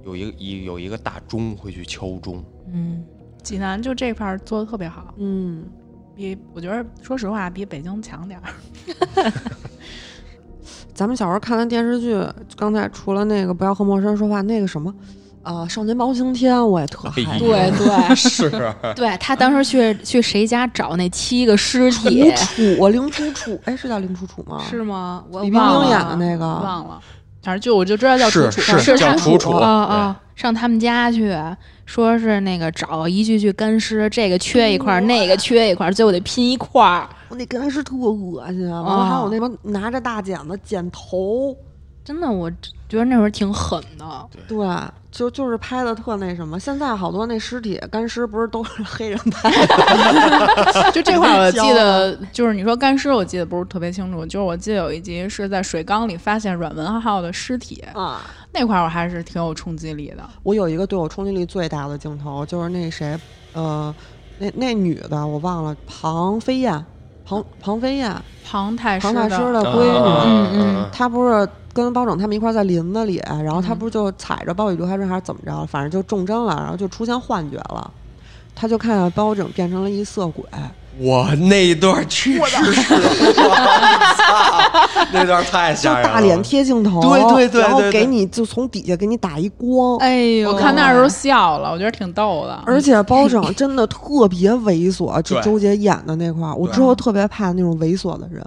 Speaker 4: 有一个一有一个大钟会去敲钟。
Speaker 3: 嗯，
Speaker 2: 济南就这块儿做的特别好，
Speaker 1: 嗯，
Speaker 2: 比我觉得说实话比北京强点儿。
Speaker 1: 咱们小时候看的电视剧，刚才除了那个《不要和陌生人说话》，那个什么，呃，《少年包青天》我也特
Speaker 4: 哎
Speaker 1: 爱
Speaker 4: 呦
Speaker 1: 看。
Speaker 3: 对对
Speaker 4: 是啊，
Speaker 3: 对，他当时去去谁家找那七个尸体
Speaker 1: 楚楚，我林楚楚，哎，是叫林楚楚吗？
Speaker 3: 是吗？我
Speaker 1: 李冰
Speaker 3: 忘
Speaker 1: 冰
Speaker 3: 了
Speaker 1: 演的那个，
Speaker 2: 忘了，反正就我就知道叫楚
Speaker 4: 是
Speaker 2: 楚，
Speaker 4: 是
Speaker 1: 叫
Speaker 4: 叫
Speaker 1: 楚
Speaker 4: 楚
Speaker 1: 楚
Speaker 4: 楚
Speaker 3: 啊啊！上他们家去，说是那个找一具具干尸，这个缺一块儿，那个缺一块儿，最后得拼一块儿，
Speaker 1: 我那干尸特恶心啊！完了
Speaker 3: 啊
Speaker 1: 还有那帮拿着大剪子剪头，
Speaker 3: 真的，我觉得那会儿挺狠的。
Speaker 1: 对，就就是拍的特那什么。现在好多那尸体干尸不是都是 黑人拍
Speaker 2: 就这块儿我
Speaker 1: 骄
Speaker 2: 记得，就是你说干尸，我记得不是特别清楚。就是我记得有一集是在水缸里发现阮文浩的尸体，
Speaker 1: 啊？
Speaker 2: 那块儿我还是挺有冲击力的。
Speaker 1: 我有一个对我冲击力最大的镜头，就是那谁，呃，那那女的我忘了，庞飞燕，庞庞飞燕，
Speaker 2: 庞太师
Speaker 1: 庞大师
Speaker 2: 的，
Speaker 1: 的闺
Speaker 4: 啊
Speaker 1: 女，
Speaker 3: 嗯嗯
Speaker 1: 她不是跟包拯他们一块儿在林子里，然后她
Speaker 2: 嗯
Speaker 1: 不是就踩着包宇刘海润还是怎么着，反正就中针了，然后就出现幻觉了，她就看见包拯变成了一色鬼，
Speaker 4: 我那一段确实是，我操， 那段太
Speaker 1: 就
Speaker 4: 吓人了。嗯
Speaker 1: 大脸贴镜头，
Speaker 4: 对对对
Speaker 1: 然后
Speaker 4: 对对
Speaker 1: 给你就从底下给你打一光。
Speaker 2: 哎呦，我看那时候笑了，我觉得挺逗的。
Speaker 1: 而且包拯真的特别猥琐，就
Speaker 4: 对
Speaker 1: 周杰演的那块儿，我
Speaker 4: 对
Speaker 1: 之后特别怕那种猥琐的人。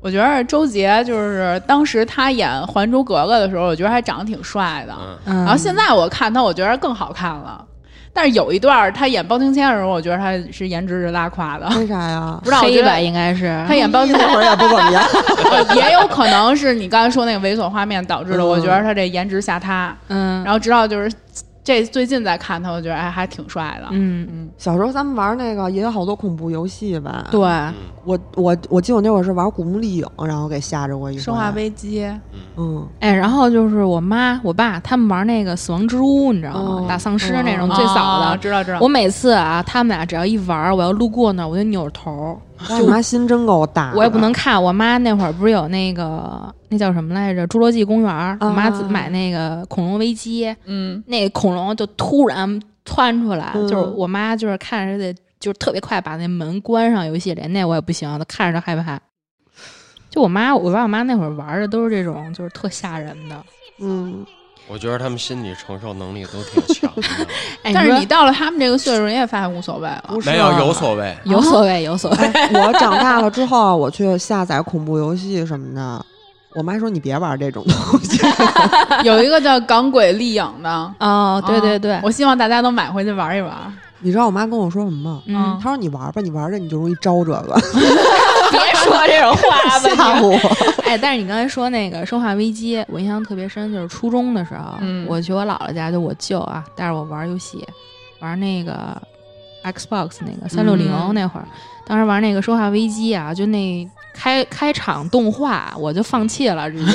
Speaker 2: 我觉得周杰就是当时他演《还珠格格》的时候，我觉得还长得挺帅的。
Speaker 4: 嗯，
Speaker 3: 嗯，
Speaker 2: 然后现在我看他，我觉得更好看了。但是有一段儿他演包青天的时候，我觉得他是颜值是拉胯 的。
Speaker 1: 为啥呀
Speaker 2: 不？知道我
Speaker 3: 黑
Speaker 2: 觉
Speaker 3: 吧
Speaker 2: 得
Speaker 3: 应该是
Speaker 2: 他演包青天
Speaker 1: 那会儿也不怎么样。
Speaker 2: 也有可能是你刚才说那个猥琐画面导致的，
Speaker 1: 嗯
Speaker 2: 我觉得他这颜值下塌。
Speaker 3: 嗯，
Speaker 2: 然后直到就是这最近再看他，我觉得哎还挺帅的。
Speaker 3: 嗯，
Speaker 2: 嗯，
Speaker 1: 小时候咱们玩那个也有好多恐怖游戏吧？
Speaker 3: 对，
Speaker 4: 嗯
Speaker 1: 我我我记得我那会儿是玩《古墓丽影》，然后给吓着过一回。
Speaker 2: 生化危机，
Speaker 1: 嗯，
Speaker 3: 哎，然后就是我妈我爸他们玩那个死亡之屋，你知道吗
Speaker 1: 哦？
Speaker 3: 打丧尸那种
Speaker 1: 嗯
Speaker 3: 最早
Speaker 2: 啊
Speaker 3: 的。
Speaker 2: 知道知道。
Speaker 3: 我每次啊，他们俩只要一玩儿，我要路过那儿，我就扭头，
Speaker 1: 我妈心真够大的。
Speaker 3: 我也不能看。我妈那会儿不是有那个那叫什么来着，《侏罗纪公园》，我妈自
Speaker 1: 啊
Speaker 3: 买那个恐龙危机，
Speaker 2: 嗯，
Speaker 3: 那恐龙就突然窜出来，
Speaker 1: 嗯
Speaker 3: 就是我妈就是看着得就是特别快把那门关上，游戏里那我也不行，她看着就害怕。就我妈，我爸我妈那会儿玩的都是这种，就是特吓人的。
Speaker 1: 嗯，
Speaker 4: 我觉得他们心理承受能力都挺强的，
Speaker 3: 哎，
Speaker 5: 但是
Speaker 3: 说
Speaker 5: 你到了他们这个岁数，你也发现无所谓 了。
Speaker 1: 不是
Speaker 4: 没有
Speaker 1: 啊
Speaker 4: 有所谓。
Speaker 3: 有所谓，有所谓。
Speaker 1: 哎，我长大了之后啊，我去下载恐怖游戏什么的，我妈说你别玩这种东西。
Speaker 5: 有一个叫《港鬼丽影》的，
Speaker 3: 哦，对对
Speaker 2: 啊
Speaker 3: 对，
Speaker 5: 我希望大家都买回去玩一玩。
Speaker 1: 你知道我妈跟我说什么吗？
Speaker 3: 嗯，
Speaker 1: 她说你玩吧，你玩着你就容易招这个，
Speaker 3: 别说这种话
Speaker 1: 吓
Speaker 3: 吧。
Speaker 1: 唬我。
Speaker 3: 哎，但是你刚才说那个《生化危机》，我印象特别深，就是初中的时候，
Speaker 5: 嗯
Speaker 3: 我去我姥姥家，就我舅啊带着我玩游戏，玩那个 Xbox 那个三六零
Speaker 5: 嗯
Speaker 3: 那会儿，当时玩那个《生化危机》啊，就那开开场动画，我就放弃 了，直接。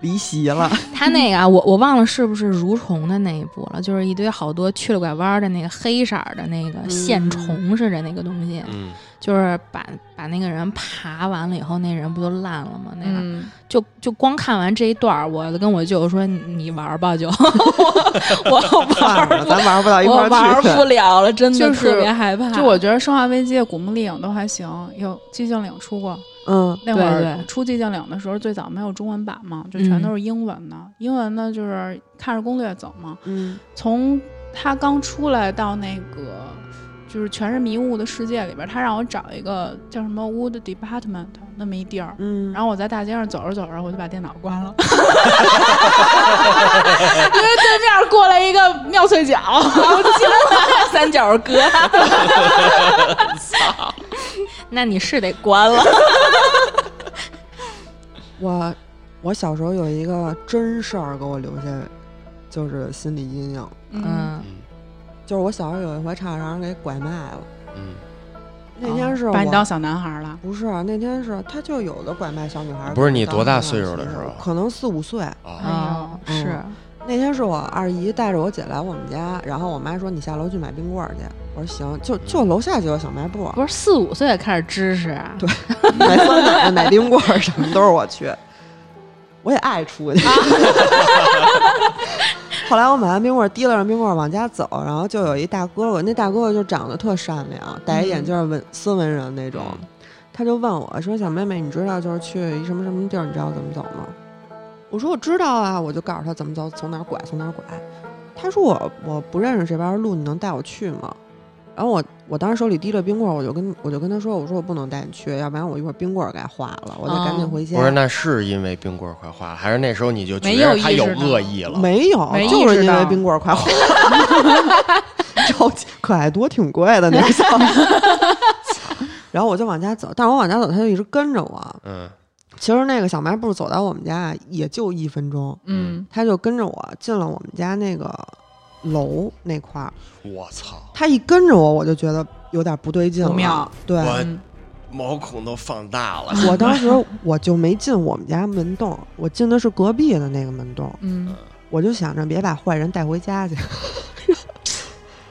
Speaker 1: 离席 了，
Speaker 3: 他那个啊，我我忘了是不是蠕虫的那一部了，就是一堆好多去了拐弯儿的那个黑色儿的那个
Speaker 5: 嗯
Speaker 3: 线虫似的那个东西，
Speaker 4: 嗯，
Speaker 3: 就是把把那个人爬完了以后，那人不就烂了吗？那个、
Speaker 5: 嗯，
Speaker 3: 就就光看完这一段儿，我就跟我舅说：“你你玩儿吧，就 我我
Speaker 1: 算
Speaker 3: 玩
Speaker 1: 了，
Speaker 3: 儿
Speaker 1: 咱玩不到一
Speaker 3: 我
Speaker 1: 块
Speaker 3: 玩
Speaker 1: 儿
Speaker 3: 儿
Speaker 1: 去。
Speaker 3: 不了了，真的、
Speaker 5: 就是
Speaker 3: 特别害 怕。”
Speaker 5: 就我觉得《生化危机》《古墓丽影》都还行，有《寂静岭》出过。
Speaker 1: 嗯，
Speaker 5: 那会
Speaker 3: 对
Speaker 5: 儿
Speaker 3: 对
Speaker 5: 出《寂静岭》的时候，最早没有中文版嘛，就全都是英文的。英文的就是看着攻略走嘛。
Speaker 1: 嗯，
Speaker 5: 从它刚出来到那个就是全是迷雾的世界里边，他让我找一个叫什么 Wood Department 那么一地儿。
Speaker 1: 嗯，
Speaker 5: 然后我在大街上走着走着，我就把电脑关了，
Speaker 3: 因为对面过来一个妙脆角，我惊了，三角哥。那你是得 关了。
Speaker 1: 我我小时候有一个真事儿给我留下，就是心理阴影。
Speaker 5: 嗯，
Speaker 1: 就是我小时候有一回差点让人给拐卖了。
Speaker 4: 嗯，
Speaker 1: 那
Speaker 3: 哦
Speaker 1: 天是我、
Speaker 5: 把你当小男孩了。
Speaker 1: 不是那天是他就有的拐卖小女孩儿。
Speaker 4: 不是你
Speaker 1: 当
Speaker 4: 多大
Speaker 1: 当
Speaker 4: 岁数的时候
Speaker 1: 可能四五岁。
Speaker 4: 啊，
Speaker 3: 啊，
Speaker 1: 哎呦
Speaker 3: 是，
Speaker 1: 那天是我二姨带着我姐来我们家，然后我妈说你下楼去买冰棍儿去。我说行，就就楼下就有小卖部，
Speaker 3: 不是四五岁开始知识啊？
Speaker 1: 对买酸奶、买冰棍儿什么都是我去，我也爱出去。 后来我买完冰棍儿，提拉上冰棍儿往家走，然后就有一大哥哥，那大哥哥就长得特善良，戴一眼镜儿文斯文人那种，他就问我说：“小妹妹，你知道就是去一什么什么地儿，你知道怎么走吗？”我说：“我知道啊。”我就告诉他怎么走，从哪儿拐，从哪儿拐。他说我我不认识这边儿路，你能带我去吗？然后我我当时手里提着冰棍儿，我就跟我就跟他说，我说我不能带你去，要不然我一会儿冰棍儿给化了，我得赶紧
Speaker 3: 哦
Speaker 1: 回家。
Speaker 4: 不是，那是因为冰棍儿快化，还是那时候你就觉
Speaker 5: 没有
Speaker 4: 得他
Speaker 5: 意识
Speaker 4: 有
Speaker 5: 到
Speaker 4: 恶意了？
Speaker 1: 没有，
Speaker 5: 没
Speaker 1: 就
Speaker 5: 意识
Speaker 1: 是因为
Speaker 5: 到
Speaker 1: 冰棍儿快化了。 超级可爱多挺贵的 那个小 孩。然后我就往家走，但是我往家走，他就一直跟着我。
Speaker 4: 嗯，
Speaker 1: 其实那个小卖部走到我们家也就一分钟，
Speaker 5: 嗯，
Speaker 1: 他就跟着我进了我们家那个楼那块儿。
Speaker 4: 我操，
Speaker 1: 他一跟着我，我就觉得有点不对劲了。
Speaker 5: 不妙
Speaker 1: 对，
Speaker 4: 我
Speaker 5: 嗯
Speaker 4: 毛孔都放大了。
Speaker 1: 我当时我就没进我们家门洞，我进的是隔壁的那个门洞。
Speaker 5: 嗯，
Speaker 1: 我就想着别把坏人带回家去。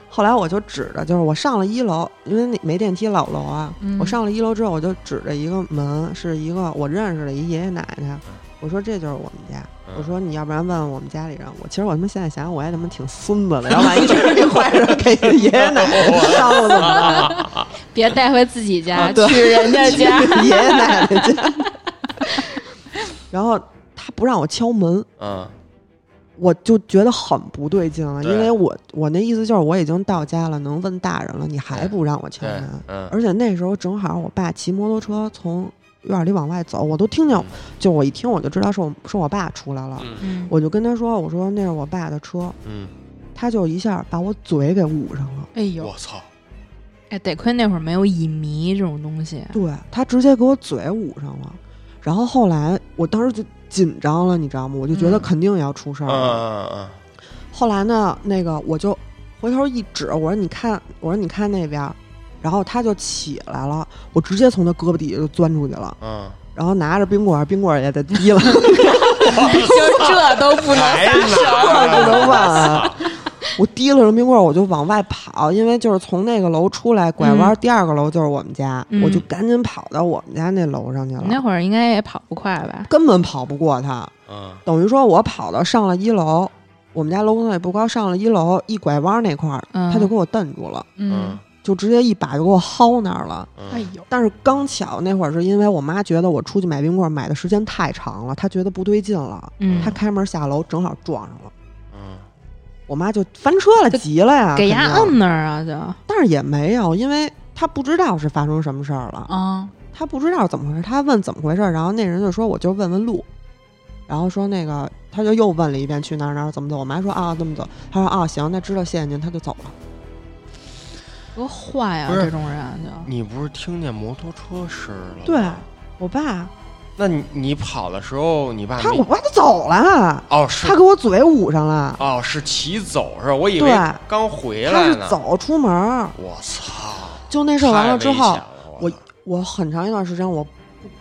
Speaker 1: 后来我就指着，就是我上了一楼，因为那没电梯，老楼啊。
Speaker 5: 嗯
Speaker 1: 我上了一楼之后，我就指着一个门，是一个我认识的一爷爷奶奶，我说这就是我们家。
Speaker 4: 嗯
Speaker 1: 我说你要不然问问我们家里人。我其实我他妈现在想想，我还他妈挺孙子的，要万一真是那坏人给爷爷奶
Speaker 4: 嗯
Speaker 1: 奶伤了怎么办？
Speaker 3: 别带回自己家，
Speaker 1: 啊对
Speaker 3: 去 人家家。
Speaker 1: 爷爷奶奶 家。然后他不让我敲门，
Speaker 4: 嗯，
Speaker 1: 我就觉得很不对劲了，
Speaker 4: 对
Speaker 1: 因为我我那意思就是我已经到家了，能问大人了，你还不让我敲
Speaker 4: 对
Speaker 1: 门？，
Speaker 4: 嗯，
Speaker 1: 而且那时候正好我爸骑摩托车从院里往外走，我都听见，
Speaker 4: 嗯
Speaker 1: 就我一听我就知道是我是我爸出来了，
Speaker 4: 嗯
Speaker 3: 嗯，
Speaker 1: 我就跟他说，我说那是我爸的车，
Speaker 4: 嗯，
Speaker 1: 他就一下把我嘴给捂上了，
Speaker 3: 哎呦，
Speaker 4: 我操，
Speaker 3: 哎，得亏那会儿没有乙醚这种东 西。
Speaker 1: 对他直接给我嘴捂上了，然后后来我当时就紧张了，你知道吗？我就觉得
Speaker 3: 嗯
Speaker 1: 肯定要出事儿
Speaker 4: 嗯
Speaker 1: 了。
Speaker 4: 嗯嗯
Speaker 1: 后来呢，那个我就回头一指，我说你看，我说你看那边儿，然后他就起来了，我直接从他胳膊底下就钻出去了，
Speaker 4: 嗯，
Speaker 1: 然后拿着冰棍儿，冰棍儿也在滴了，
Speaker 3: 就这都不能，
Speaker 1: 哎
Speaker 4: 还能
Speaker 1: 不能问。我提了上冰棍儿，我就往外跑，因为就是从那个楼出来拐弯，第二个楼就是我们家，
Speaker 3: 嗯
Speaker 1: 我就赶紧跑到我们家那楼上去了，
Speaker 3: 那会儿应该也跑不快吧？
Speaker 1: 根本跑不过他。
Speaker 4: 嗯，
Speaker 1: 等于说我跑到上了一楼，我们家楼层也不高，上了一楼一拐弯那块儿，
Speaker 3: 嗯
Speaker 1: 他就给我瞪住了。
Speaker 5: 嗯，
Speaker 1: 就直接一把就给我薅那儿了。
Speaker 4: 嗯
Speaker 2: 哎呦，
Speaker 1: 但是刚巧那会儿是因为我妈觉得我出去买冰棍儿买的时间太长了，她觉得不对劲了，
Speaker 3: 嗯
Speaker 1: 她开门下楼正好撞上了，
Speaker 4: 嗯，
Speaker 1: 我妈就翻车了，急了呀，
Speaker 3: 给
Speaker 1: 肯
Speaker 3: 牙
Speaker 1: 定
Speaker 3: 摁那儿啊，就
Speaker 1: 但是也没有，因为她不知道是发生什么事儿了，
Speaker 2: 嗯，
Speaker 1: 她不知道怎么回事，她问怎么回事儿，然后那人就说我就问问路，然后说那个她就又问了一遍去哪儿哪儿怎么走，我妈说啊这么走，她说啊行，那知道谢谢您，她就走了。
Speaker 3: 多坏呀、
Speaker 4: 不是
Speaker 3: 这种人就
Speaker 4: 你不是听见摩托车声了？
Speaker 1: 对，我爸，
Speaker 4: 那你你跑的时候，你爸
Speaker 1: 他
Speaker 4: 没
Speaker 1: 我爸都走了，
Speaker 4: 哦是
Speaker 1: 他给我嘴捂上了，
Speaker 4: 哦是骑走是吧？我以为
Speaker 1: 对
Speaker 4: 刚回
Speaker 1: 他
Speaker 4: 来
Speaker 1: 是
Speaker 4: 呢。
Speaker 1: 走出门儿，
Speaker 4: 我操！
Speaker 1: 就那事
Speaker 4: 太
Speaker 1: 儿完了之后
Speaker 4: 危险，了
Speaker 1: 我
Speaker 4: 操
Speaker 1: 我很长一段时间我不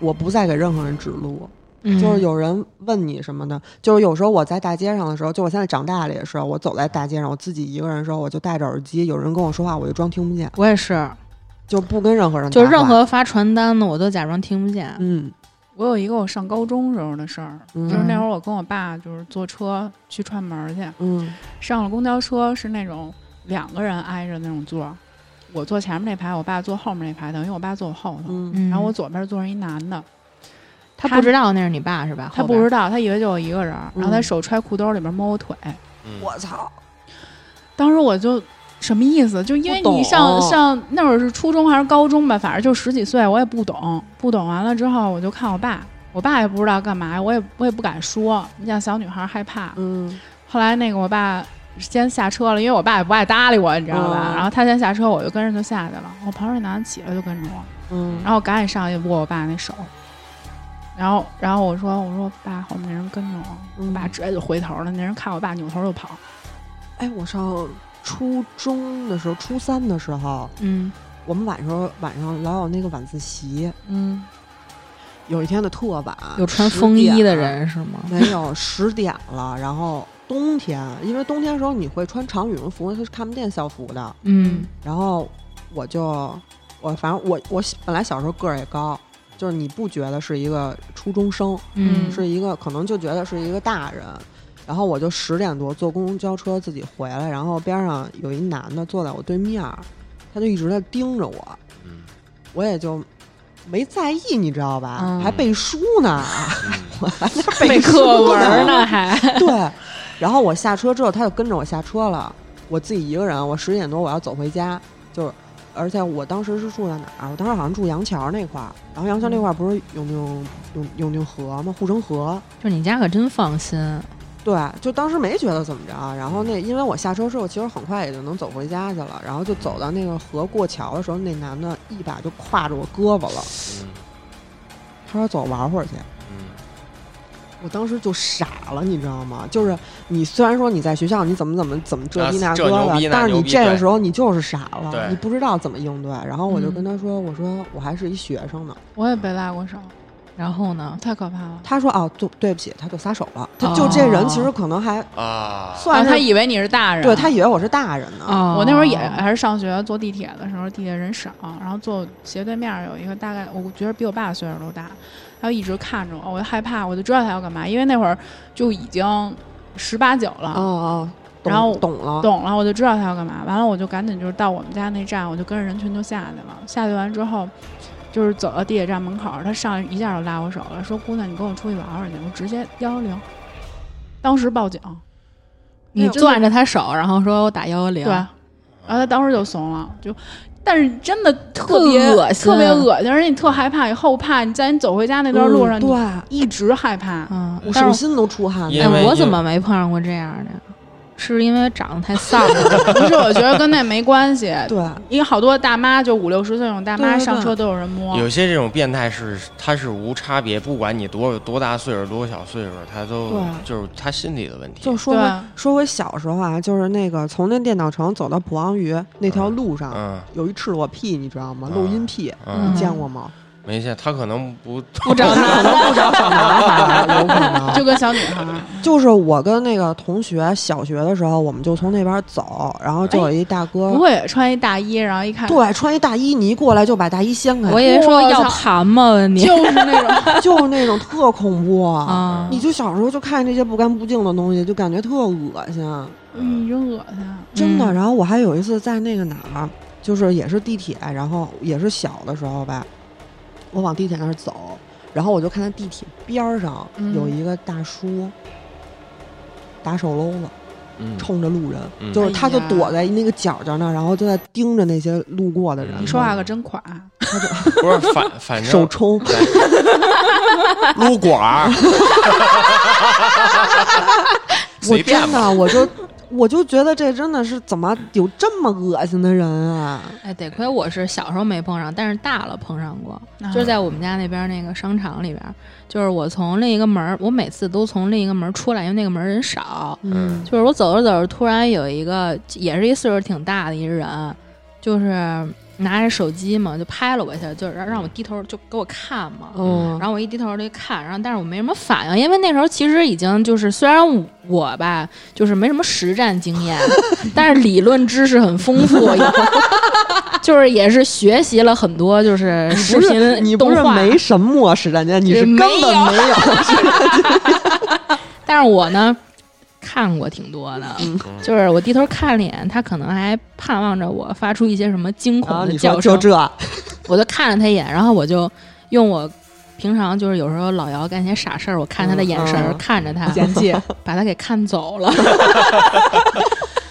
Speaker 1: 我不再给任何人指路，
Speaker 3: 嗯
Speaker 1: 就是有人问你什么的，就是有时候我在大街上的时候，就我现在长大了也是，我走在大街上，我自己一个人的时候，我就戴着耳机，有人跟我说话，我就装听不见，
Speaker 3: 我也是，
Speaker 1: 就不跟任何人搭
Speaker 3: 就
Speaker 1: 话，
Speaker 3: 是任何发传单的我都假装听不见。
Speaker 1: 嗯
Speaker 2: 我有一个我上高中时候的事儿，
Speaker 1: 嗯
Speaker 2: 就是那会儿我跟我爸就是坐车去串门儿去，
Speaker 1: 嗯
Speaker 2: 上了公交车是那种两个人挨着那种座儿，我坐前面那排，我爸坐后面那排，等于我爸坐我后头，
Speaker 1: 嗯
Speaker 3: 嗯
Speaker 2: 然后我左边坐着一男的，
Speaker 3: 他
Speaker 2: 他
Speaker 3: 不知道那是你爸是吧？
Speaker 2: 他
Speaker 3: 后
Speaker 2: 不
Speaker 3: 边
Speaker 2: 知道，他以为就我一个人儿，然后他
Speaker 1: 嗯
Speaker 2: 手揣裤兜里边摸我腿，
Speaker 4: 嗯
Speaker 1: 我操，
Speaker 2: 当时我就什么意思？就因为
Speaker 1: 不懂哦
Speaker 2: 你上上那会儿是初中还是高中吧，反正就十几岁，我也不懂，不懂完了之后我就看我爸，我爸也不知道干嘛，我也我也不敢说，你像小女孩害怕。
Speaker 1: 嗯
Speaker 2: 后来那个我爸先下车了，因为我爸也不爱搭理我，你知道吧？
Speaker 1: 嗯
Speaker 2: 然后他先下车，我就跟着就下去了。我旁边那男的起来就跟着我，
Speaker 1: 嗯
Speaker 2: 然后我赶紧上去握我爸那手，然后然后我说我说爸，后面那人跟着我，我爸
Speaker 1: 嗯
Speaker 2: 直接就回头了，那人看我爸扭头就跑。
Speaker 1: 哎，我上初中的时候，初三的时候，
Speaker 3: 嗯
Speaker 1: 我们晚上晚上老有那个晚自习，
Speaker 2: 嗯，
Speaker 1: 有一天的特晚，
Speaker 4: 啊
Speaker 3: 有穿
Speaker 1: 10
Speaker 3: 风衣的
Speaker 1: 点
Speaker 3: 人是吗？
Speaker 1: 没有十点了，然后冬天，因为冬天的时候你会穿长羽绒服，它是看不见校服的。
Speaker 3: 嗯
Speaker 1: 然后我就我反正我我本来小时候个儿也高，就是你不觉得是一个初中生，
Speaker 3: 嗯
Speaker 1: 是一个可能就觉得是一个大人。然后我就十点多坐公交车自己回来，然后边上有一男的坐在我对面儿，他就一直在盯着我，
Speaker 4: 嗯
Speaker 1: 我也就没在意，你知道吧？
Speaker 3: 嗯
Speaker 1: 还背书呢，
Speaker 4: 嗯
Speaker 1: 我还在
Speaker 3: 背
Speaker 1: 书
Speaker 3: 课文儿呢还。
Speaker 1: 对，然后我下车之后，他就跟着我下车了。我自己一个人，我十点多我要走回家，就是，而且我当时是住在哪儿？我当时好像住杨桥那块儿，然后杨
Speaker 3: 嗯
Speaker 1: 桥那块儿不是永定永永定河吗？护城河。
Speaker 3: 就你家可真放心，
Speaker 1: 对，就当时没觉得怎么着。然后那因为我下车之后，其实很快也就能走回家去了。然后就走到那个河过桥的时候，那男的一把就挎着我胳膊了，他说：“走，玩会儿去。”
Speaker 4: 嗯
Speaker 1: 我当时就傻了，你知道吗？就是你虽然说你在学校你怎么怎么怎么这
Speaker 4: 啊
Speaker 1: 逼那
Speaker 4: 这
Speaker 1: 哥
Speaker 4: 牛
Speaker 1: 的
Speaker 4: 逼，那
Speaker 1: 但是
Speaker 4: 牛
Speaker 1: 你
Speaker 4: 逼
Speaker 1: 这个
Speaker 4: 对
Speaker 1: 时候你就是傻了
Speaker 4: 对，
Speaker 1: 你不知道怎么应对。然后我就跟他说：“我说我还是一学生呢。
Speaker 2: 我也被拉过手，
Speaker 3: 然后呢？
Speaker 2: 太可怕了”。
Speaker 1: 他说：“哦，对对不起。”他就撒手了。
Speaker 4: 哦
Speaker 1: 他就这人其实可能还
Speaker 4: 嗯啊，
Speaker 2: 然
Speaker 1: 算
Speaker 2: 哦后他
Speaker 1: 是
Speaker 2: 以为你是大人，
Speaker 1: 对他以为我是大人呢。
Speaker 3: 哦，
Speaker 2: 我那会儿也还是上学，坐地铁的时候，地铁人少，然后坐斜对面儿有一个大概，我觉得比我爸岁数都大，他就一直看着我，我就害怕，我就知道他要干嘛，因为那会儿就已经十八九了，
Speaker 1: 哦哦，懂
Speaker 2: 然后
Speaker 1: 懂了，
Speaker 2: 懂了，我就知道他要干嘛。完了，我就赶紧就是到我们家那站，我就跟着人群就下去了。下去完之后，就是走到地铁站门口，他上来一下就拉我手了，说：“姑娘，你跟我出去玩玩去。”我直接幺幺零，当时报警。
Speaker 3: 你
Speaker 2: 那真的
Speaker 3: 攥着他手，然后说我打幺幺零，
Speaker 2: 对，啊然
Speaker 1: 嗯
Speaker 2: 后他当时就怂了，就，但是真的特别
Speaker 3: 特恶心
Speaker 2: 特别恶心，而且你特害怕，你后怕，你在你走回家那段路上，
Speaker 1: 嗯
Speaker 2: 你
Speaker 1: 对，
Speaker 2: 一直害怕。
Speaker 3: 嗯，
Speaker 1: 我手
Speaker 3: 但是
Speaker 1: 心都出汗
Speaker 4: 因
Speaker 1: 了。
Speaker 3: 哎，
Speaker 4: 为
Speaker 3: 我
Speaker 4: 你
Speaker 3: 怎么没碰上过这样的？是因为长得太丧 了，
Speaker 2: 不是，我觉得跟那没关系，
Speaker 1: 对，
Speaker 2: 因为好多大妈就五六十岁那种大
Speaker 1: 对
Speaker 2: 妈
Speaker 1: 对对
Speaker 2: 上车都有人摸。
Speaker 4: 有些这种变态是，他是无差别，不管你多多大岁数、多小岁数，他都
Speaker 1: 对
Speaker 4: 就是他心理的问题。
Speaker 1: 就说
Speaker 2: 对
Speaker 1: 回说回小时候啊，就是那个从那电脑城走到普昂鱼那条路上，
Speaker 4: 嗯
Speaker 1: 有一赤裸屁，你知道吗？
Speaker 4: 嗯
Speaker 1: 录音屁，
Speaker 4: 嗯
Speaker 1: 你见过 吗？
Speaker 4: 没见他可能不
Speaker 3: 不长
Speaker 1: 可能 不找小男孩儿，有可能。
Speaker 2: 就跟小女孩儿，
Speaker 1: 就是我跟那个同学，小学的时候，我们就从那边走，然后就有一大哥
Speaker 2: 哎不，会也穿一大衣，然后一看，
Speaker 1: 对，穿一大衣，你一过来就把大衣掀开，
Speaker 3: 我以为说
Speaker 2: 我
Speaker 3: 要
Speaker 2: 操
Speaker 3: 盘嘛你
Speaker 2: 就 是那种
Speaker 1: 就是那种特恐 怖。
Speaker 2: 嗯
Speaker 3: 啊
Speaker 1: 你就小时候就看这些不干不净的东西，就感觉特恶心，
Speaker 2: 嗯，你真恶心啊。
Speaker 1: 真的。
Speaker 3: 嗯
Speaker 1: 然后我还有一次在那个哪儿，就是也是地铁，然后也是小的时候吧，我往地铁那儿走，然后我就看见地铁边儿上
Speaker 5: 嗯
Speaker 1: 有一个大叔打手搂子，
Speaker 4: 嗯，
Speaker 1: 冲着路人，
Speaker 4: 嗯
Speaker 1: 就是他就
Speaker 3: 哎呀
Speaker 1: 躲在那个角角那儿，然后就在盯着那些路过的人，
Speaker 4: 你
Speaker 5: 说话可真垮，啊
Speaker 4: 不是反反正
Speaker 1: 手冲，
Speaker 4: 撸管儿，
Speaker 1: 我
Speaker 4: 随便
Speaker 1: 真
Speaker 4: 吧
Speaker 1: 的， 我就我就觉得这真的是怎么有这么恶心的人啊！
Speaker 3: 哎，得亏我是小时候没碰上，但是大了碰上过，
Speaker 5: 啊
Speaker 3: 就是在我们家那边那个商场里边，就是我从另一个门儿，我每次都从另一个门儿出来，因为那个门儿人少，
Speaker 1: 嗯，
Speaker 3: 就是我走着走着，突然有一个也是一岁数挺大的一人，就是拿着手机嘛，就拍了我一下，就是让让我低头就给我看嘛。
Speaker 1: 嗯，
Speaker 3: 然后我一低头就看，然后但是我没什么反应，因为那时候其实已经就是虽然我吧就是没什么实战经 验，但是理论知识很丰富，也就是也是学习了很多就是视
Speaker 1: 不是你
Speaker 3: 频
Speaker 1: 不
Speaker 3: 动
Speaker 1: 是
Speaker 3: 画。
Speaker 1: 没什么实战经验，你是根本没有。
Speaker 3: 但是我呢，看过挺多的，
Speaker 1: 嗯
Speaker 3: 就是我低头看脸，他可能还盼望着我发出一些什么惊
Speaker 1: 然后
Speaker 3: 恐的
Speaker 1: 啊你说
Speaker 3: 叫
Speaker 1: 就
Speaker 3: 声，
Speaker 1: 这，
Speaker 3: 我就看了他一眼，然后我就用我平常就是有时候老姚干些傻事儿，我看他的眼神儿、
Speaker 1: 嗯嗯
Speaker 3: 看 着他，
Speaker 2: 嫌弃。
Speaker 3: 把他给看走了。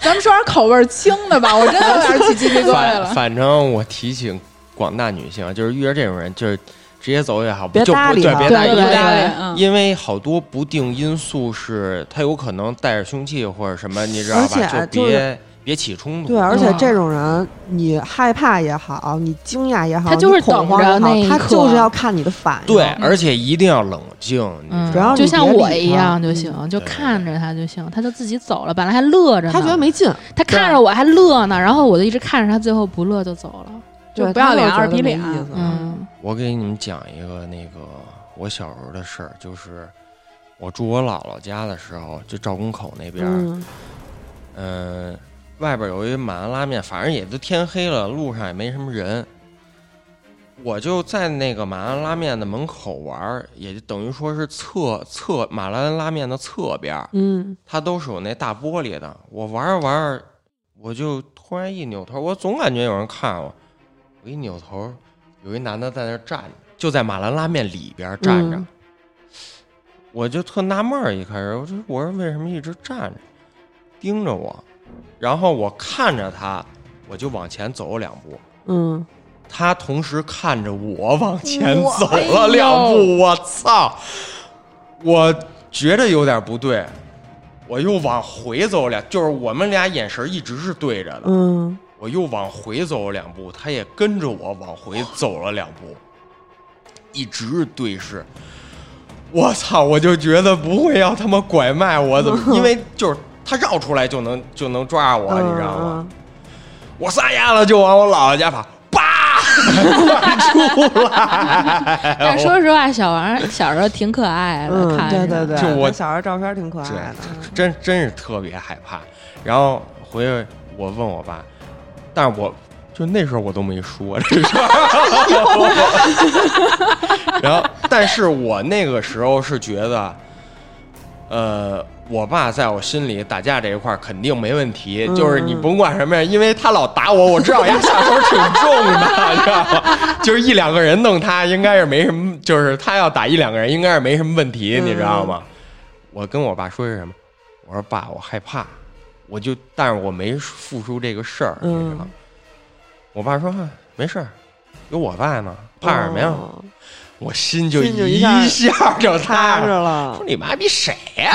Speaker 2: 咱们说点口味儿轻的吧，我真的有点起 鸡皮疙瘩
Speaker 4: 反
Speaker 2: 了。
Speaker 4: 反正我提醒广大女性啊，就是遇着这种人，就是直接走也好，
Speaker 1: 别
Speaker 4: 就
Speaker 1: 搭
Speaker 4: 不
Speaker 1: 理
Speaker 4: 对
Speaker 1: 他
Speaker 4: 别
Speaker 3: 对
Speaker 4: 搭理
Speaker 3: 对
Speaker 4: 因为
Speaker 3: 对
Speaker 2: 嗯，
Speaker 4: 因为好多不定因素是他有可能带着凶器或者什么，你知道
Speaker 1: 而且啊
Speaker 4: 吧？
Speaker 1: 就是
Speaker 4: 别别起冲突。
Speaker 1: 对，而且
Speaker 3: 嗯
Speaker 1: 这种人，你害怕也好，你惊讶也好，
Speaker 3: 他就是
Speaker 1: 你恐慌
Speaker 3: 等着那
Speaker 1: 也
Speaker 3: 一
Speaker 1: 好，他
Speaker 3: 刻
Speaker 1: 就是要看你的反应。
Speaker 4: 对，而且一定要冷静，你
Speaker 3: 嗯
Speaker 4: 知道
Speaker 1: 要
Speaker 4: 吗
Speaker 1: 你
Speaker 3: 就像我
Speaker 1: 别理
Speaker 3: 一
Speaker 1: 他嗯
Speaker 3: 样就行，就
Speaker 4: 对对
Speaker 3: 看着他就行，他就自己走了。本来还乐着呢，
Speaker 1: 他觉得没劲，
Speaker 3: 他看着我还乐呢，然后我就一直看着他，最后不乐就走了。
Speaker 2: 就
Speaker 1: 对
Speaker 2: 不要脸
Speaker 1: 他就觉得
Speaker 2: 二逼脸
Speaker 1: 没意思
Speaker 3: 嗯
Speaker 4: 我给你们讲一个那个我小时候的事儿，就是我住我姥姥家的时候，就赵公口那边儿，
Speaker 1: 嗯
Speaker 4: 嗯，外边有一马兰拉面，反正也都天黑了，路上也没什么人。我就在那个马兰拉面的门口玩儿，也就等于说是侧侧马兰拉面的侧边儿，
Speaker 1: 嗯
Speaker 4: 它都是有那大玻璃的。我玩着玩着，我就突然一扭头，我总感觉有人看我。我一扭头，有一男的在那儿站着，就在马兰拉面里边儿站着。
Speaker 1: 嗯
Speaker 4: 我就特纳闷儿，一开始我就我说为什么一直站着，盯着我，然后我看着他，我就往前走两步。
Speaker 1: 嗯，
Speaker 4: 他同时看着我往前
Speaker 2: 哇
Speaker 4: 走
Speaker 2: 哎
Speaker 4: 了
Speaker 2: 呦
Speaker 4: 两步，我操！我觉得有点不对，我又往回走两，就是我们俩眼神一直是对着的，
Speaker 1: 嗯，
Speaker 4: 我又往回走两步，他也跟着我往回走了两步，一直是对视。我操！我就觉得不会要他妈拐卖我，怎
Speaker 1: 嗯
Speaker 4: 么？因为就是他绕出来就能就能抓我，你知道吗？
Speaker 1: 嗯？
Speaker 4: 我撒丫子就往我姥姥家跑，叭，快出来！
Speaker 3: 但说实话，小王小时候挺可爱的，
Speaker 1: 嗯，
Speaker 3: 看
Speaker 1: 对
Speaker 3: 着
Speaker 1: 对对，
Speaker 4: 就我
Speaker 1: 那小孩照片挺可爱的，嗯
Speaker 4: 真真是特别害怕。然后回去我问我爸，但是我就那时候我都没说 这事儿。然后，但是我那个时候是觉得，呃，我爸在我心里打架这一块儿肯定没问题，
Speaker 1: 嗯
Speaker 4: 就是你甭管什么样，因为他老打我，我知道他下手挺重的，你 知道吗？就是一两个人弄他，应该是没什么，就是他要打一两个人，应该是没什么问题，你知道吗？我跟我爸说是什么？我说爸，我害怕，我就，但是我没付出这个事儿，你知道吗？我爸说啊没事儿，有我在呢，怕什么呀？
Speaker 1: 哦
Speaker 4: 我心就
Speaker 1: 心就
Speaker 4: 一
Speaker 1: 一下
Speaker 4: 下就
Speaker 1: 踏
Speaker 4: 踏
Speaker 1: 实
Speaker 4: 实了。
Speaker 1: 了
Speaker 4: 说。你妈逼谁呀、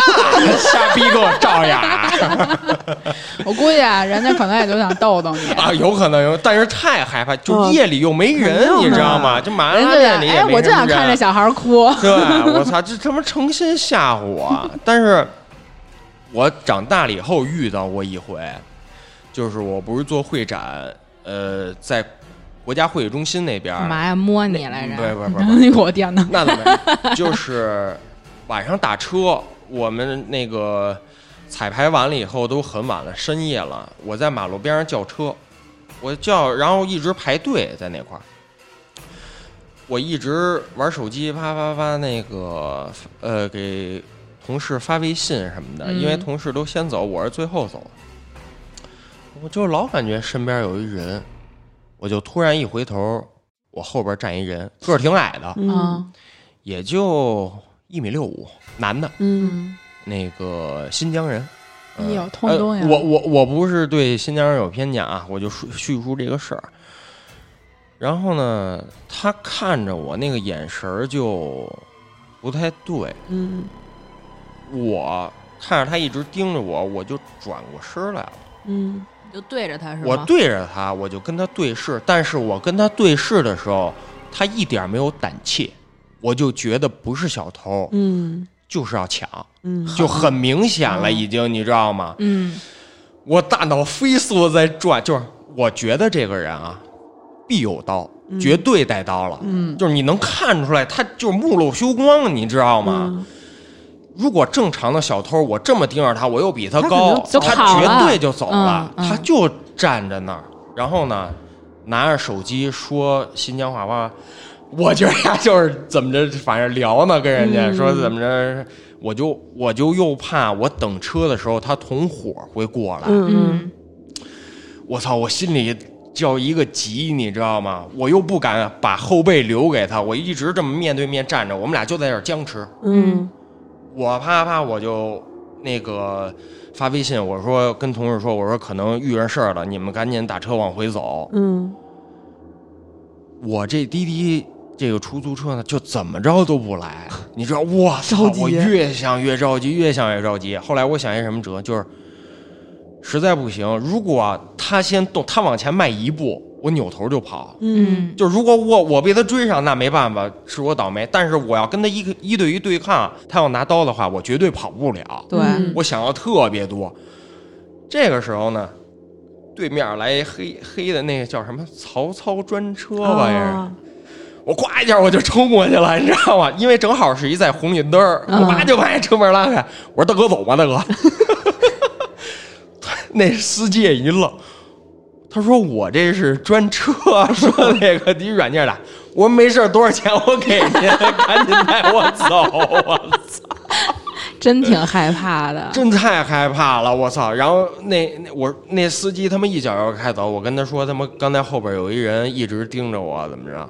Speaker 4: 瞎逼给我照眼儿
Speaker 2: 我估计啊，人家可能也就想逗逗你，
Speaker 4: 啊！有可能有，但是太害怕，就
Speaker 1: 嗯
Speaker 4: 夜里又没
Speaker 1: 肯
Speaker 4: 人，
Speaker 1: 定的
Speaker 4: 你知道吗？就马
Speaker 2: 人
Speaker 4: 上
Speaker 2: 家
Speaker 4: 店里
Speaker 2: 就
Speaker 4: 也
Speaker 2: 哎，
Speaker 4: 没
Speaker 2: 我就
Speaker 4: 什么
Speaker 2: 想看
Speaker 4: 人
Speaker 2: 这小孩儿哭。
Speaker 4: 对，我操，这他妈诚心吓唬我！但是，我长大了以后遇到过一回，就是我不是做会展，呃，在国家会议中心那边儿，
Speaker 3: 干嘛呀？摸你来
Speaker 4: 嗯不
Speaker 3: 着？
Speaker 4: 不不不，
Speaker 2: 我天哪！
Speaker 4: 那倒没有，就是晚上打车，我们那个彩排完了以后都很晚了，深夜了，我在马路边上叫车，我叫，然后一直排队在那块儿。我一直玩手机，啪啪啪，那个呃，给同事发微信什么的，
Speaker 3: 嗯
Speaker 4: 因为同事都先走，我是最后走的。我就老感觉身边有一人，我就突然一回头，我后边站一人，个儿挺矮的，
Speaker 1: 嗯
Speaker 3: 啊，
Speaker 4: 也就一米六五，男的，
Speaker 1: 嗯
Speaker 3: 嗯
Speaker 4: 那个新疆人。
Speaker 2: 哎
Speaker 4: 嗯
Speaker 2: 呦通东呀
Speaker 4: 呃我我我不是对新疆人有偏见啊，我就叙叙述这个事儿。然后呢，他看着我那个眼神儿就不太对，
Speaker 1: 嗯
Speaker 4: 我看着他一直盯着我，我就转过身来了。
Speaker 1: 嗯
Speaker 3: 就对着他是吗？
Speaker 4: 我对着他，我就跟他对视，但是我跟他对视的时候，他一点没有胆怯，我就觉得不是小偷，
Speaker 1: 嗯
Speaker 4: 就是要抢，
Speaker 1: 嗯
Speaker 4: 就很明显了，
Speaker 3: 嗯
Speaker 4: 已经，你知道吗？
Speaker 3: 嗯
Speaker 4: 我大脑飞速的在转，就是我觉得这个人啊，必有刀，
Speaker 1: 嗯
Speaker 4: 绝对带刀了，
Speaker 1: 嗯
Speaker 4: 就是你能看出来，他就是目露凶光了，你知道吗？
Speaker 1: 嗯
Speaker 4: 如果正常的小偷，我这么盯着他，我又比他高，
Speaker 3: 他可能
Speaker 4: 他
Speaker 3: 就跑了
Speaker 4: 绝对就走了，
Speaker 3: 嗯嗯
Speaker 4: 他就站着那儿，然后呢，拿着手机说新疆话吧，我觉得他就是怎么着，反正聊呢，跟人家、说怎么着，我就我就又怕我等车的时候他同伙会过来，
Speaker 1: 嗯
Speaker 3: 嗯
Speaker 4: 我操，我心里叫一个急，你知道吗？我又不敢把后背留给他，我一直这么面对面站着，我们俩就在这儿僵持，
Speaker 1: 嗯
Speaker 4: 我啪啪我就那个发微信，我说跟同事说，我说可能遇上事儿了，你们赶紧打车往回走。
Speaker 1: 嗯
Speaker 4: 我这滴滴这个出租车呢，就怎么着都不来，你知道，我操
Speaker 1: 着，急
Speaker 4: 我越想越着急，越想越着急。后来我想一什么辙，就是实在不行，如果他先动，他往前迈一步，我扭头就跑。
Speaker 1: 嗯
Speaker 4: 就如果我我被他追上，那没办法，是我倒霉。但是我要跟他一个一对一对抗，他要拿刀的话，我绝对跑不了。
Speaker 1: 对
Speaker 3: 嗯
Speaker 4: 我想要特别多。这个时候呢，对面来一黑黑的那个叫什么曹操专车吧，也是
Speaker 1: 啊
Speaker 4: 我咵一下我就冲过去了，你知道吗？因为正好是一在红绿灯儿，我叭就把那车门拉开，我说大哥走吧，大哥。 那司机也一愣，他说我这是专车，啊说那个你软件打。我说没事儿，多少钱我给您，赶紧带我走。啊我
Speaker 3: 真挺害怕的。
Speaker 4: 真太害怕了，我操！然后那那我那司机他妈一脚要开走，我跟他说他妈刚才后边有一人一直盯着我，怎么着？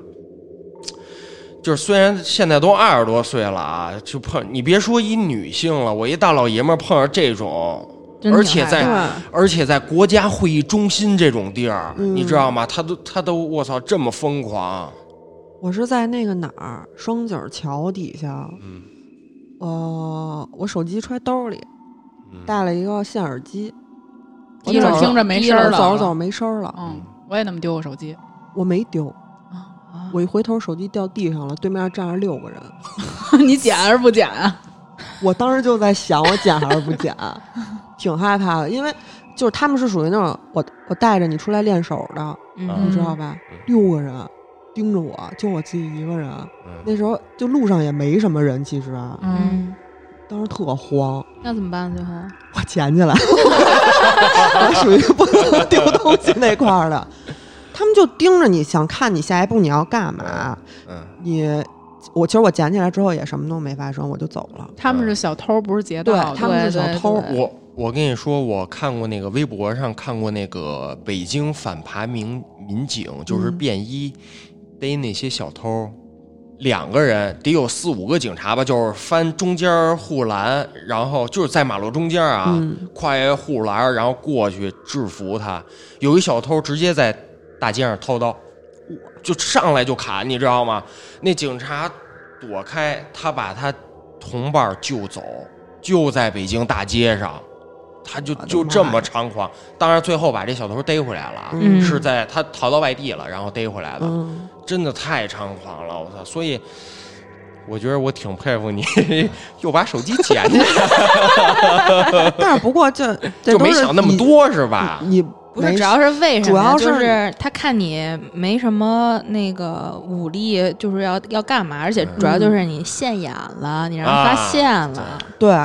Speaker 4: 就是虽然现在都二十多岁了啊，就碰你别说一女性了，我一大老爷们儿碰上这种，
Speaker 3: 真挺
Speaker 4: 而且
Speaker 2: 哎
Speaker 4: 在
Speaker 1: 害怕
Speaker 4: 而且在国家会议中心这种地儿，
Speaker 1: 嗯
Speaker 4: 你知道吗？他都他都我操这么疯狂，
Speaker 1: 我是在那个哪儿双井桥底下，
Speaker 4: 嗯
Speaker 1: 呃，我手机揣兜里，
Speaker 4: 嗯
Speaker 1: 带了一个线耳机，我
Speaker 2: 一会
Speaker 1: 走
Speaker 2: 儿
Speaker 1: 着
Speaker 2: 听着没
Speaker 1: 一
Speaker 2: 声
Speaker 1: 会
Speaker 2: 儿
Speaker 1: 儿
Speaker 2: 了，
Speaker 1: 走着走着没声儿了，
Speaker 2: 嗯，我也那么丢过手机，
Speaker 1: 我没丢，我一回头手机掉地上了，对面站着六个人，
Speaker 2: 你捡还是不捡啊？
Speaker 1: 我当时就在想，我捡还是不 捡，挺害怕的，因为就是他们是属于那种我我带着你出来练手的，
Speaker 4: 嗯
Speaker 1: 你知道吧
Speaker 4: 嗯？
Speaker 1: 六个人盯着我，就我自己一个人，
Speaker 4: 嗯
Speaker 1: 那时候就路上也没什么人，其实啊
Speaker 2: 嗯，
Speaker 3: 嗯，
Speaker 1: 当时特慌。
Speaker 3: 那怎么办？最后
Speaker 1: 我捡起来，我属于不能丢东西那块儿的。他们就盯着你，想看你下一步你要干嘛。
Speaker 4: 嗯，
Speaker 1: 你，我其实我捡起来之后也什么都没发生，我就走了。
Speaker 2: 他们是小偷，不是劫
Speaker 1: 对
Speaker 2: 道的，
Speaker 1: 他们是
Speaker 3: 对
Speaker 1: 小偷，
Speaker 3: 对
Speaker 4: 我我跟你说，我看过那个微博上看过那个北京反扒民民警，就是
Speaker 1: 嗯
Speaker 4: 便衣逮那些小偷，两个人得有四五个警察吧，就是翻中间护栏，然后就是在马路中间啊，
Speaker 1: 嗯
Speaker 4: 跨越护栏，然后过去制服他。有一小偷直接在大街上掏刀，就上来就砍，你知道吗？那警察躲开，他把他同伴救走，就在北京大街上，他就
Speaker 1: 我的
Speaker 4: 就
Speaker 1: 妈
Speaker 4: 这
Speaker 1: 呀
Speaker 4: 么猖狂。当然，最后把这小偷逮回来了啊，
Speaker 1: 嗯
Speaker 4: 是在他逃到外地了，然后逮回来的。
Speaker 1: 嗯，
Speaker 4: 真的太猖狂了，我操！所以我觉得我挺佩服你， 又把手机捡起来，
Speaker 1: 但是不过这这
Speaker 4: 就
Speaker 1: 都
Speaker 4: 没
Speaker 1: 是
Speaker 4: 想那么
Speaker 1: 你，
Speaker 4: 多是吧？
Speaker 1: 你
Speaker 3: 不是
Speaker 1: 没
Speaker 3: 主要是为什
Speaker 1: 主
Speaker 3: 么呀？
Speaker 1: 要
Speaker 3: 就是是他看你没什么那个武力，就是要要干嘛？而且
Speaker 4: 嗯
Speaker 3: 主要就是你现眼了，你让他
Speaker 4: 啊
Speaker 3: 发现了。
Speaker 1: 对，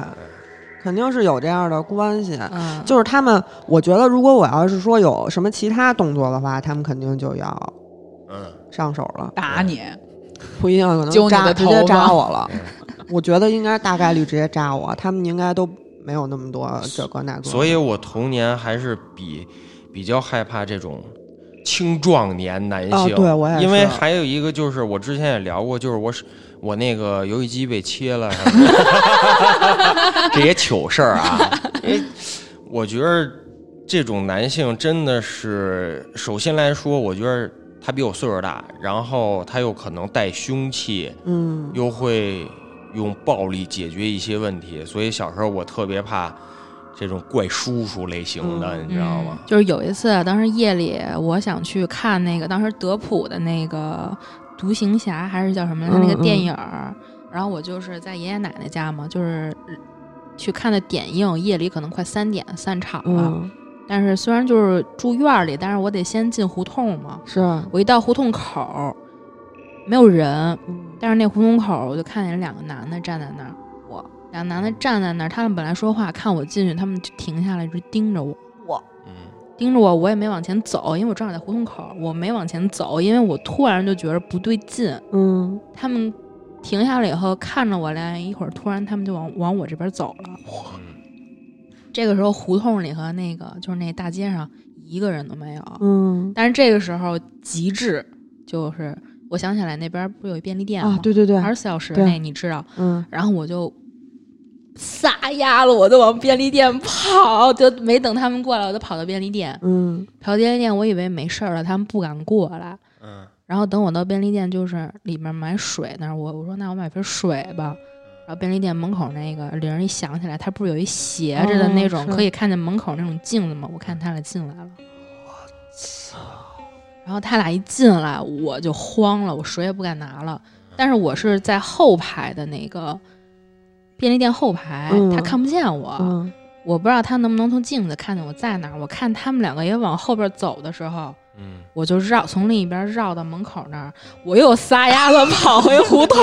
Speaker 1: 肯定是有这样的关系。
Speaker 3: 嗯，
Speaker 1: 就是他们，我觉得如果我要是说有什么其他动作的话，他们肯定就要
Speaker 4: 嗯，
Speaker 1: 上手了。
Speaker 2: 打你，
Speaker 1: 不一定可
Speaker 2: 揪
Speaker 1: 能
Speaker 2: 你
Speaker 1: 扎
Speaker 2: 的
Speaker 1: 直
Speaker 2: 头
Speaker 1: 接扎
Speaker 2: 发
Speaker 1: 我了。 我觉得应该大概率直接扎我，他们应该都没有那么多这个那个。
Speaker 4: 所以我童年还是比比较害怕这种青壮年男
Speaker 1: 啊，
Speaker 4: 性。
Speaker 1: 对我也是，
Speaker 4: 因为还有一个就是我之前也聊过，就是我是我那个游戏机被 切了什么的，这也糗事儿啊。因为我觉得这种男性真的是，首先来说，我觉得他比我岁数大，然后他又可能带凶器，
Speaker 1: 嗯
Speaker 4: 又会用暴力解决一些问题，所以小时候我特别怕这种怪叔叔类型的，
Speaker 1: 嗯
Speaker 4: 你知道
Speaker 3: 嗯
Speaker 4: 吗？
Speaker 3: 就是有一次，当时夜里我想去看那个当时德普的那个《独行侠》还是叫什么来着
Speaker 1: 嗯
Speaker 3: 那个电影儿，然后我就是在爷爷奶奶家嘛，就是去看的点映，夜里可能快三点散场了。
Speaker 1: 嗯，
Speaker 3: 但是虽然就是住院儿里，但是我得先进胡同嘛。
Speaker 1: 是，啊
Speaker 3: 我一到胡同口儿，没有人，
Speaker 1: 嗯
Speaker 3: 但是那胡同口儿我就看见两个男的站在那儿，我两个男的站在那儿，他们本来说话，看我进去，他们就停下来，就盯着我。
Speaker 4: 嗯，
Speaker 3: 盯着我，我也没往前走，因为我正好在胡同口，我没往前走，因为我突然就觉得不对劲。
Speaker 1: 嗯
Speaker 3: 他们停下来以后看着我俩眼，一会儿突然他们就往往我这边走了。
Speaker 4: 嗯
Speaker 3: 这个时候胡同里和那个就是那大街上一个人都没有。
Speaker 1: 嗯
Speaker 3: 但是这个时候极致就是我想起来那边不是有一便利店吗？
Speaker 1: 啊，对对对，
Speaker 3: 二十四小时
Speaker 1: 对
Speaker 3: 内你知道，
Speaker 1: 嗯
Speaker 3: 然后我就撒丫了，我就往便利店跑，就没等他们过来，我就跑到便利店。
Speaker 1: 嗯
Speaker 3: 跑便利店，我以为没事儿了，他们不敢过来。
Speaker 4: 嗯，
Speaker 3: 然后等我到便利店，就是里面买水那儿，我我说那我买瓶水吧。然后便利店门口那个铃儿一响起来，它不是有一斜着的那种，
Speaker 1: 哦是
Speaker 3: 可以看见门口那种镜子吗？我看他俩进来了，我操！然后他俩一进来，我就慌了，我水也不敢拿了。但是我是在后排的那个便利店后排，
Speaker 1: 嗯
Speaker 3: 他看不见
Speaker 2: 啊
Speaker 3: 我。
Speaker 1: 嗯
Speaker 3: 我不知道他能不能从镜子看见我在哪儿。我看他们两个也往后边走的时候，
Speaker 4: 嗯，
Speaker 3: 我就绕从另一边绕到门口那儿，我又撒丫子跑回胡同。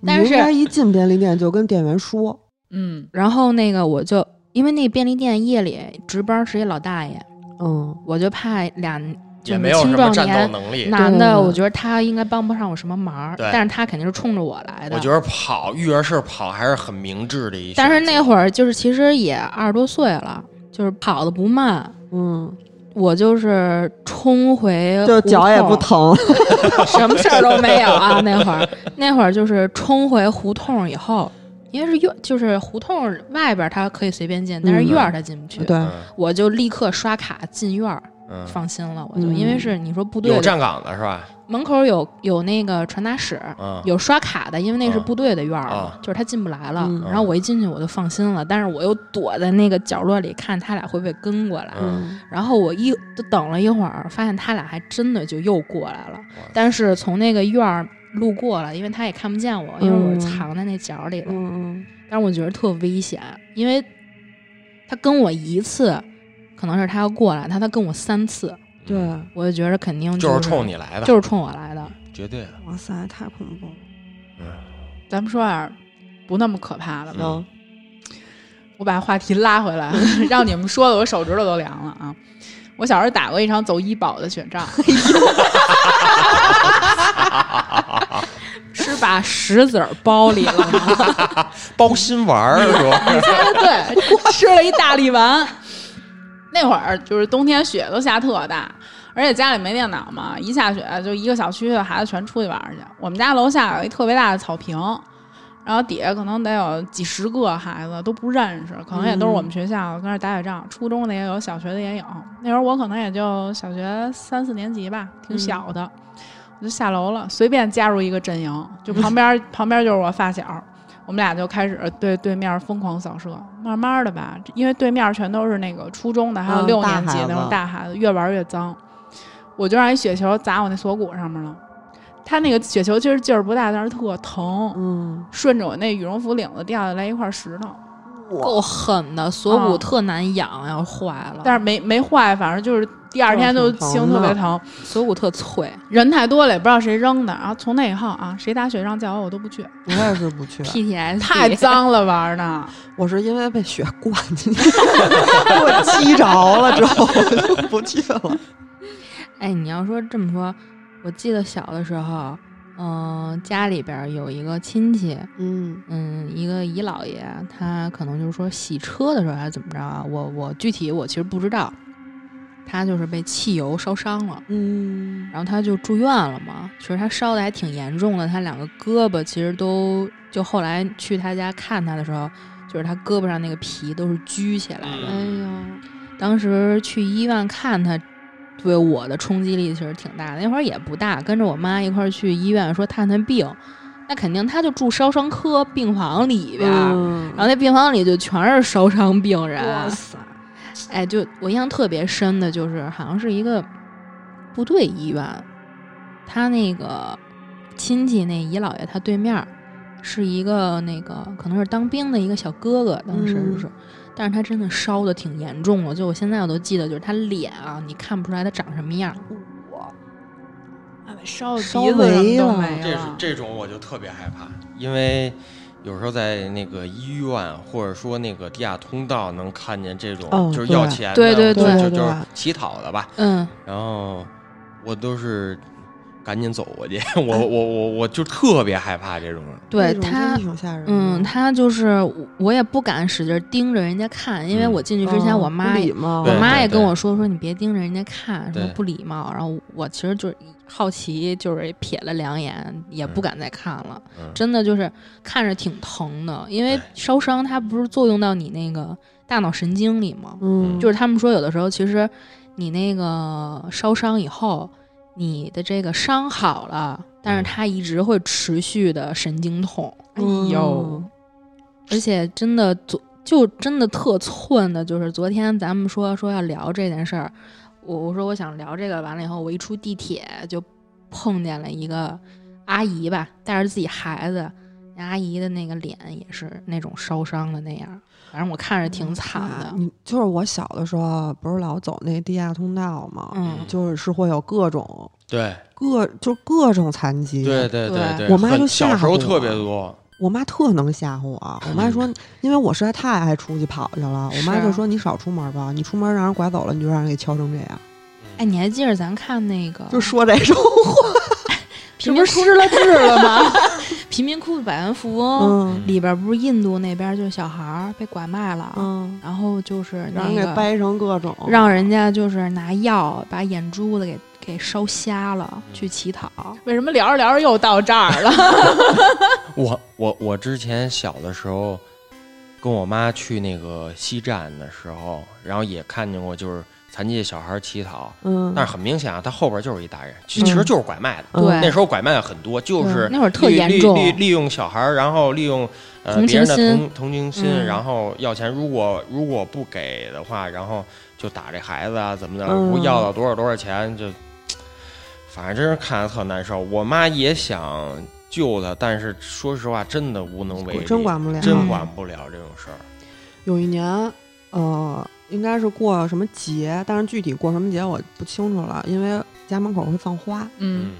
Speaker 1: 你
Speaker 3: 但
Speaker 1: 应该
Speaker 3: 是
Speaker 1: 一进便利店就跟店员说，
Speaker 2: 嗯，
Speaker 3: 然后那个我就因为那便利店夜里值班是一老大爷，
Speaker 1: 嗯
Speaker 3: 我就怕俩就
Speaker 4: 也
Speaker 3: 是
Speaker 4: 没有
Speaker 3: 青
Speaker 4: 什么
Speaker 3: 壮
Speaker 4: 战斗
Speaker 3: 年
Speaker 4: 能力。
Speaker 3: 男
Speaker 1: 对对
Speaker 3: 的，
Speaker 1: 对
Speaker 3: 我觉得他应该帮不上我什么忙，
Speaker 4: 对
Speaker 3: 但是他肯定是冲着我来的。
Speaker 4: 我觉得跑育儿是跑还是很明智的一选择，
Speaker 3: 但是那会儿就是其实也二十多岁了，就是跑的不慢，
Speaker 1: 嗯，
Speaker 3: 我就是冲回
Speaker 1: 就
Speaker 3: 胡
Speaker 1: 脚也
Speaker 3: 同
Speaker 1: 不疼，
Speaker 3: 什么事儿都没有啊。那会儿，那会儿就是冲回胡同以后，因为是院，就是胡同外边他可以随便进，但是
Speaker 1: 嗯
Speaker 3: 院儿他进不去。
Speaker 1: 对，
Speaker 4: 嗯
Speaker 3: 我就立刻刷卡进院儿，
Speaker 4: 嗯，
Speaker 3: 放心了。我就
Speaker 1: 嗯
Speaker 3: 因为是你说部队
Speaker 4: 有
Speaker 3: 的
Speaker 4: 站岗的是吧？
Speaker 3: 门口有有那个传达室，
Speaker 4: 嗯，
Speaker 3: 有刷卡的，因为那是
Speaker 4: 啊
Speaker 3: 部队的院儿嘛
Speaker 4: 啊，
Speaker 3: 就是他进不来了。
Speaker 1: 嗯
Speaker 3: 然后我一进去我就放心了，但是我又躲在那个角落里看他俩会不会跟过来。
Speaker 1: 嗯
Speaker 3: 然后我一就等了一会儿，发现他俩还真的就又过来了
Speaker 4: 哇，
Speaker 3: 但是从那个院儿路过了，因为他也看不见我，因为
Speaker 2: 嗯
Speaker 3: 我是藏在那角里的。
Speaker 1: 嗯
Speaker 3: 但是我觉得特危险，因为他跟我一次，可能是他要过来，他他跟我三次，
Speaker 1: 嗯，对，
Speaker 3: 我就觉得肯定
Speaker 4: 就是
Speaker 3: 是
Speaker 4: 冲，你来的，
Speaker 3: 就是冲我来的。
Speaker 4: 绝对的。
Speaker 1: 哇塞，太恐怖了，
Speaker 2: 咱们说点儿不那么可怕的吧。
Speaker 4: 嗯
Speaker 2: 我把话题拉回来， 让你们说的我手指头都凉了啊！我小时候打过一场走医保的雪仗，
Speaker 3: 是把石子儿包里了吗？
Speaker 4: 包心丸 儿 是吧？
Speaker 2: 对，吃了一大力丸。那会儿就是冬天，雪都下特大，而且家里没电脑嘛，一下雪就一个小区的孩子全出去玩儿去。我们家楼下有一特别大的草坪，然后底下可能得有几十个孩子都不认识，可能也都是我们学校跟那儿打雪仗，初中的也有，小学的也有。那时候我可能也就小学三四年级吧，挺小的，我就下楼了，随便加入一个阵营，就旁边、旁边就是我发小，我们俩就开始对对面疯狂扫射。慢慢的吧，因为对面全都是那个初中的，还有
Speaker 1: 嗯
Speaker 2: 六
Speaker 1: 大
Speaker 2: 年级
Speaker 1: 孩
Speaker 2: 那种
Speaker 1: 子
Speaker 2: 大孩子，越玩越脏。我就让一雪球砸我那锁骨上面了，他那个雪球其实劲儿不大，但是特疼。
Speaker 1: 嗯，
Speaker 2: 顺着我那羽绒服领子掉下来一块石头，
Speaker 3: 够狠的，锁骨
Speaker 2: 啊
Speaker 3: 特难养，要是坏了，
Speaker 2: 但是没没坏，反正就是第二天就
Speaker 1: 哦挺疼
Speaker 2: 心特别
Speaker 1: 的
Speaker 2: 疼。
Speaker 3: 是锁骨特脆。
Speaker 2: 人太多了，也不知道谁扔的。然后从那以后啊，谁打雪仗叫我我都不去，
Speaker 1: 我也是不去，
Speaker 3: PTS
Speaker 2: 太脏了玩儿 呢。
Speaker 1: 我是因为被雪灌进去，给我击着了之后，我就不去了。
Speaker 3: 哎，你要说这么说，我记得小的时候，嗯、家里边儿有一个亲戚，
Speaker 1: 嗯
Speaker 3: 嗯，一个姨姥爷，他可能就是说洗车的时候还是怎么着啊？我我具体我其实不知道，他就是被汽油烧伤了，
Speaker 1: 嗯，
Speaker 3: 然后他就住院了嘛。其实他烧的还挺严重的，他两个胳膊其实都就后来去他家看他的时候，就是他胳膊上那个皮都是揪起来的。
Speaker 4: 嗯
Speaker 2: 呦，
Speaker 3: 当时去医院看他，对我的冲击力其实挺大的。那会儿也不大，跟着我妈一块儿去医院说探探病，那肯定他就住烧伤科病房里边儿，
Speaker 1: 嗯
Speaker 3: 然后那病房里就全是烧伤病人。
Speaker 1: 哇塞，
Speaker 3: 哎，就我印象特别深的就是，好像是一个部队医院，他那个亲戚那姨姥爷他对面儿是一个那个可能是当兵的一个小哥哥，当时
Speaker 1: 嗯
Speaker 3: 是，但是他真的烧的挺严重的，就我现在我都记得，就是他脸啊，你看不出来他长什么样儿，
Speaker 2: 哎烧
Speaker 1: 烧
Speaker 2: 鼻子什么
Speaker 1: 没
Speaker 2: 都
Speaker 1: 了
Speaker 2: 没
Speaker 4: 这是
Speaker 2: 了，
Speaker 4: 这种我就特别害怕，因为有时候在那个医院或者说那个地下通道能看见这种，
Speaker 1: 哦
Speaker 4: 就是要钱的，
Speaker 3: 对对
Speaker 4: 就
Speaker 3: 对
Speaker 1: 对
Speaker 4: 就就是
Speaker 1: 对
Speaker 4: 乞讨的吧。
Speaker 3: 嗯，
Speaker 4: 然后我都是赶紧走过去， 我我我我就特别害怕这种人。
Speaker 1: 那
Speaker 3: 对
Speaker 1: 种真
Speaker 3: 他
Speaker 1: 的挺吓人的，
Speaker 3: 嗯，他就是我我也不敢使劲儿盯着人家看，因为
Speaker 4: 嗯
Speaker 3: 我进去之前，
Speaker 1: 嗯
Speaker 3: 我
Speaker 1: 不
Speaker 3: 妈也、
Speaker 1: 礼貌
Speaker 3: 我
Speaker 4: 对
Speaker 3: 哦妈也跟我说说你别盯着人家看，什么
Speaker 4: 对
Speaker 3: 不礼貌。然后我其实就是好奇，就是瞥了两眼，也不
Speaker 4: 嗯
Speaker 3: 敢再看了。
Speaker 4: 嗯，
Speaker 3: 真的就是看着挺疼的，因为
Speaker 4: 对
Speaker 3: 烧伤它不是作用到你那个大脑神经里吗？
Speaker 1: 嗯，
Speaker 3: 就是他们说有的时候其实你那个烧伤以后，你的这个伤好了，但是
Speaker 4: 嗯
Speaker 3: 它一直会持续的神经痛。
Speaker 2: 哎
Speaker 1: 哦
Speaker 2: 呦，
Speaker 1: 嗯
Speaker 3: 而且真的昨就真的特寸的，就是昨天咱们说说要聊这件事儿，我我说我想聊这个，完了以后我一出地铁就碰见了一个阿姨吧，带着自己孩子，那阿姨的那个脸也是那种烧伤的那样，反正我看着挺惨
Speaker 1: 啊
Speaker 3: 的，嗯
Speaker 1: 你就是我小的时候不是老走那地下通道吗？
Speaker 3: 嗯，
Speaker 1: 就是是会有各种
Speaker 4: 对
Speaker 1: 各就各种残疾，
Speaker 4: 对对
Speaker 3: 对
Speaker 4: 对，
Speaker 1: 我妈就
Speaker 4: 很
Speaker 1: 吓唬
Speaker 4: 小时候
Speaker 1: 我
Speaker 4: 特别多，
Speaker 1: 我妈特能吓唬我，我妈
Speaker 4: 嗯
Speaker 1: 说，因为我实在太爱出去跑去了，我妈
Speaker 3: 是
Speaker 1: 就说你少出门吧，你出门让人拐走了，你就让人给敲成这样，
Speaker 3: 哎，
Speaker 4: 嗯
Speaker 3: 你还记着咱看那个
Speaker 1: 就说这种话，
Speaker 3: 贫民窟了治了吗？贫民窟的百万富翁、
Speaker 1: 嗯
Speaker 3: 里边不是印度那边就是小孩儿被拐卖了，
Speaker 1: 嗯，
Speaker 3: 然后就是那
Speaker 1: 让人给
Speaker 3: 个
Speaker 1: 掰成各种，
Speaker 4: 哦
Speaker 3: 让人家就是拿药把眼珠子给给烧瞎了，
Speaker 4: 嗯
Speaker 3: 去乞讨。
Speaker 2: 为什么聊着聊着又到这儿 了？
Speaker 4: 我我我之前小的时候，跟我妈去那个西站的时候，然后也看见过，就是残疾的小孩乞讨，
Speaker 1: 嗯，
Speaker 4: 但是很明显啊，他后边就是一大人，其
Speaker 1: 嗯
Speaker 4: 其实就是拐卖的。
Speaker 1: 嗯
Speaker 3: 对
Speaker 4: 那时候拐卖的很多，就
Speaker 3: 嗯
Speaker 4: 是
Speaker 3: 那会儿特
Speaker 4: 利
Speaker 3: 严重
Speaker 4: 利利利用小孩，然后利用呃
Speaker 3: 同
Speaker 4: 别人
Speaker 3: 情
Speaker 4: 的
Speaker 3: 心
Speaker 4: 同同情心，
Speaker 3: 嗯
Speaker 4: 然后要钱。如果如果不给的话，然后就打这孩子啊，怎么的，
Speaker 1: 嗯
Speaker 4: 不要到多少多少钱就，反正真是看着特难受。我妈也想救他，但是说实话，真的无能为力，
Speaker 1: 真管不了，嗯
Speaker 4: 真管不了这种事儿。
Speaker 1: 有一年，呃，应该是过什么节，但是具体过什么节我不清楚了，因为家门口会放花，
Speaker 2: 嗯，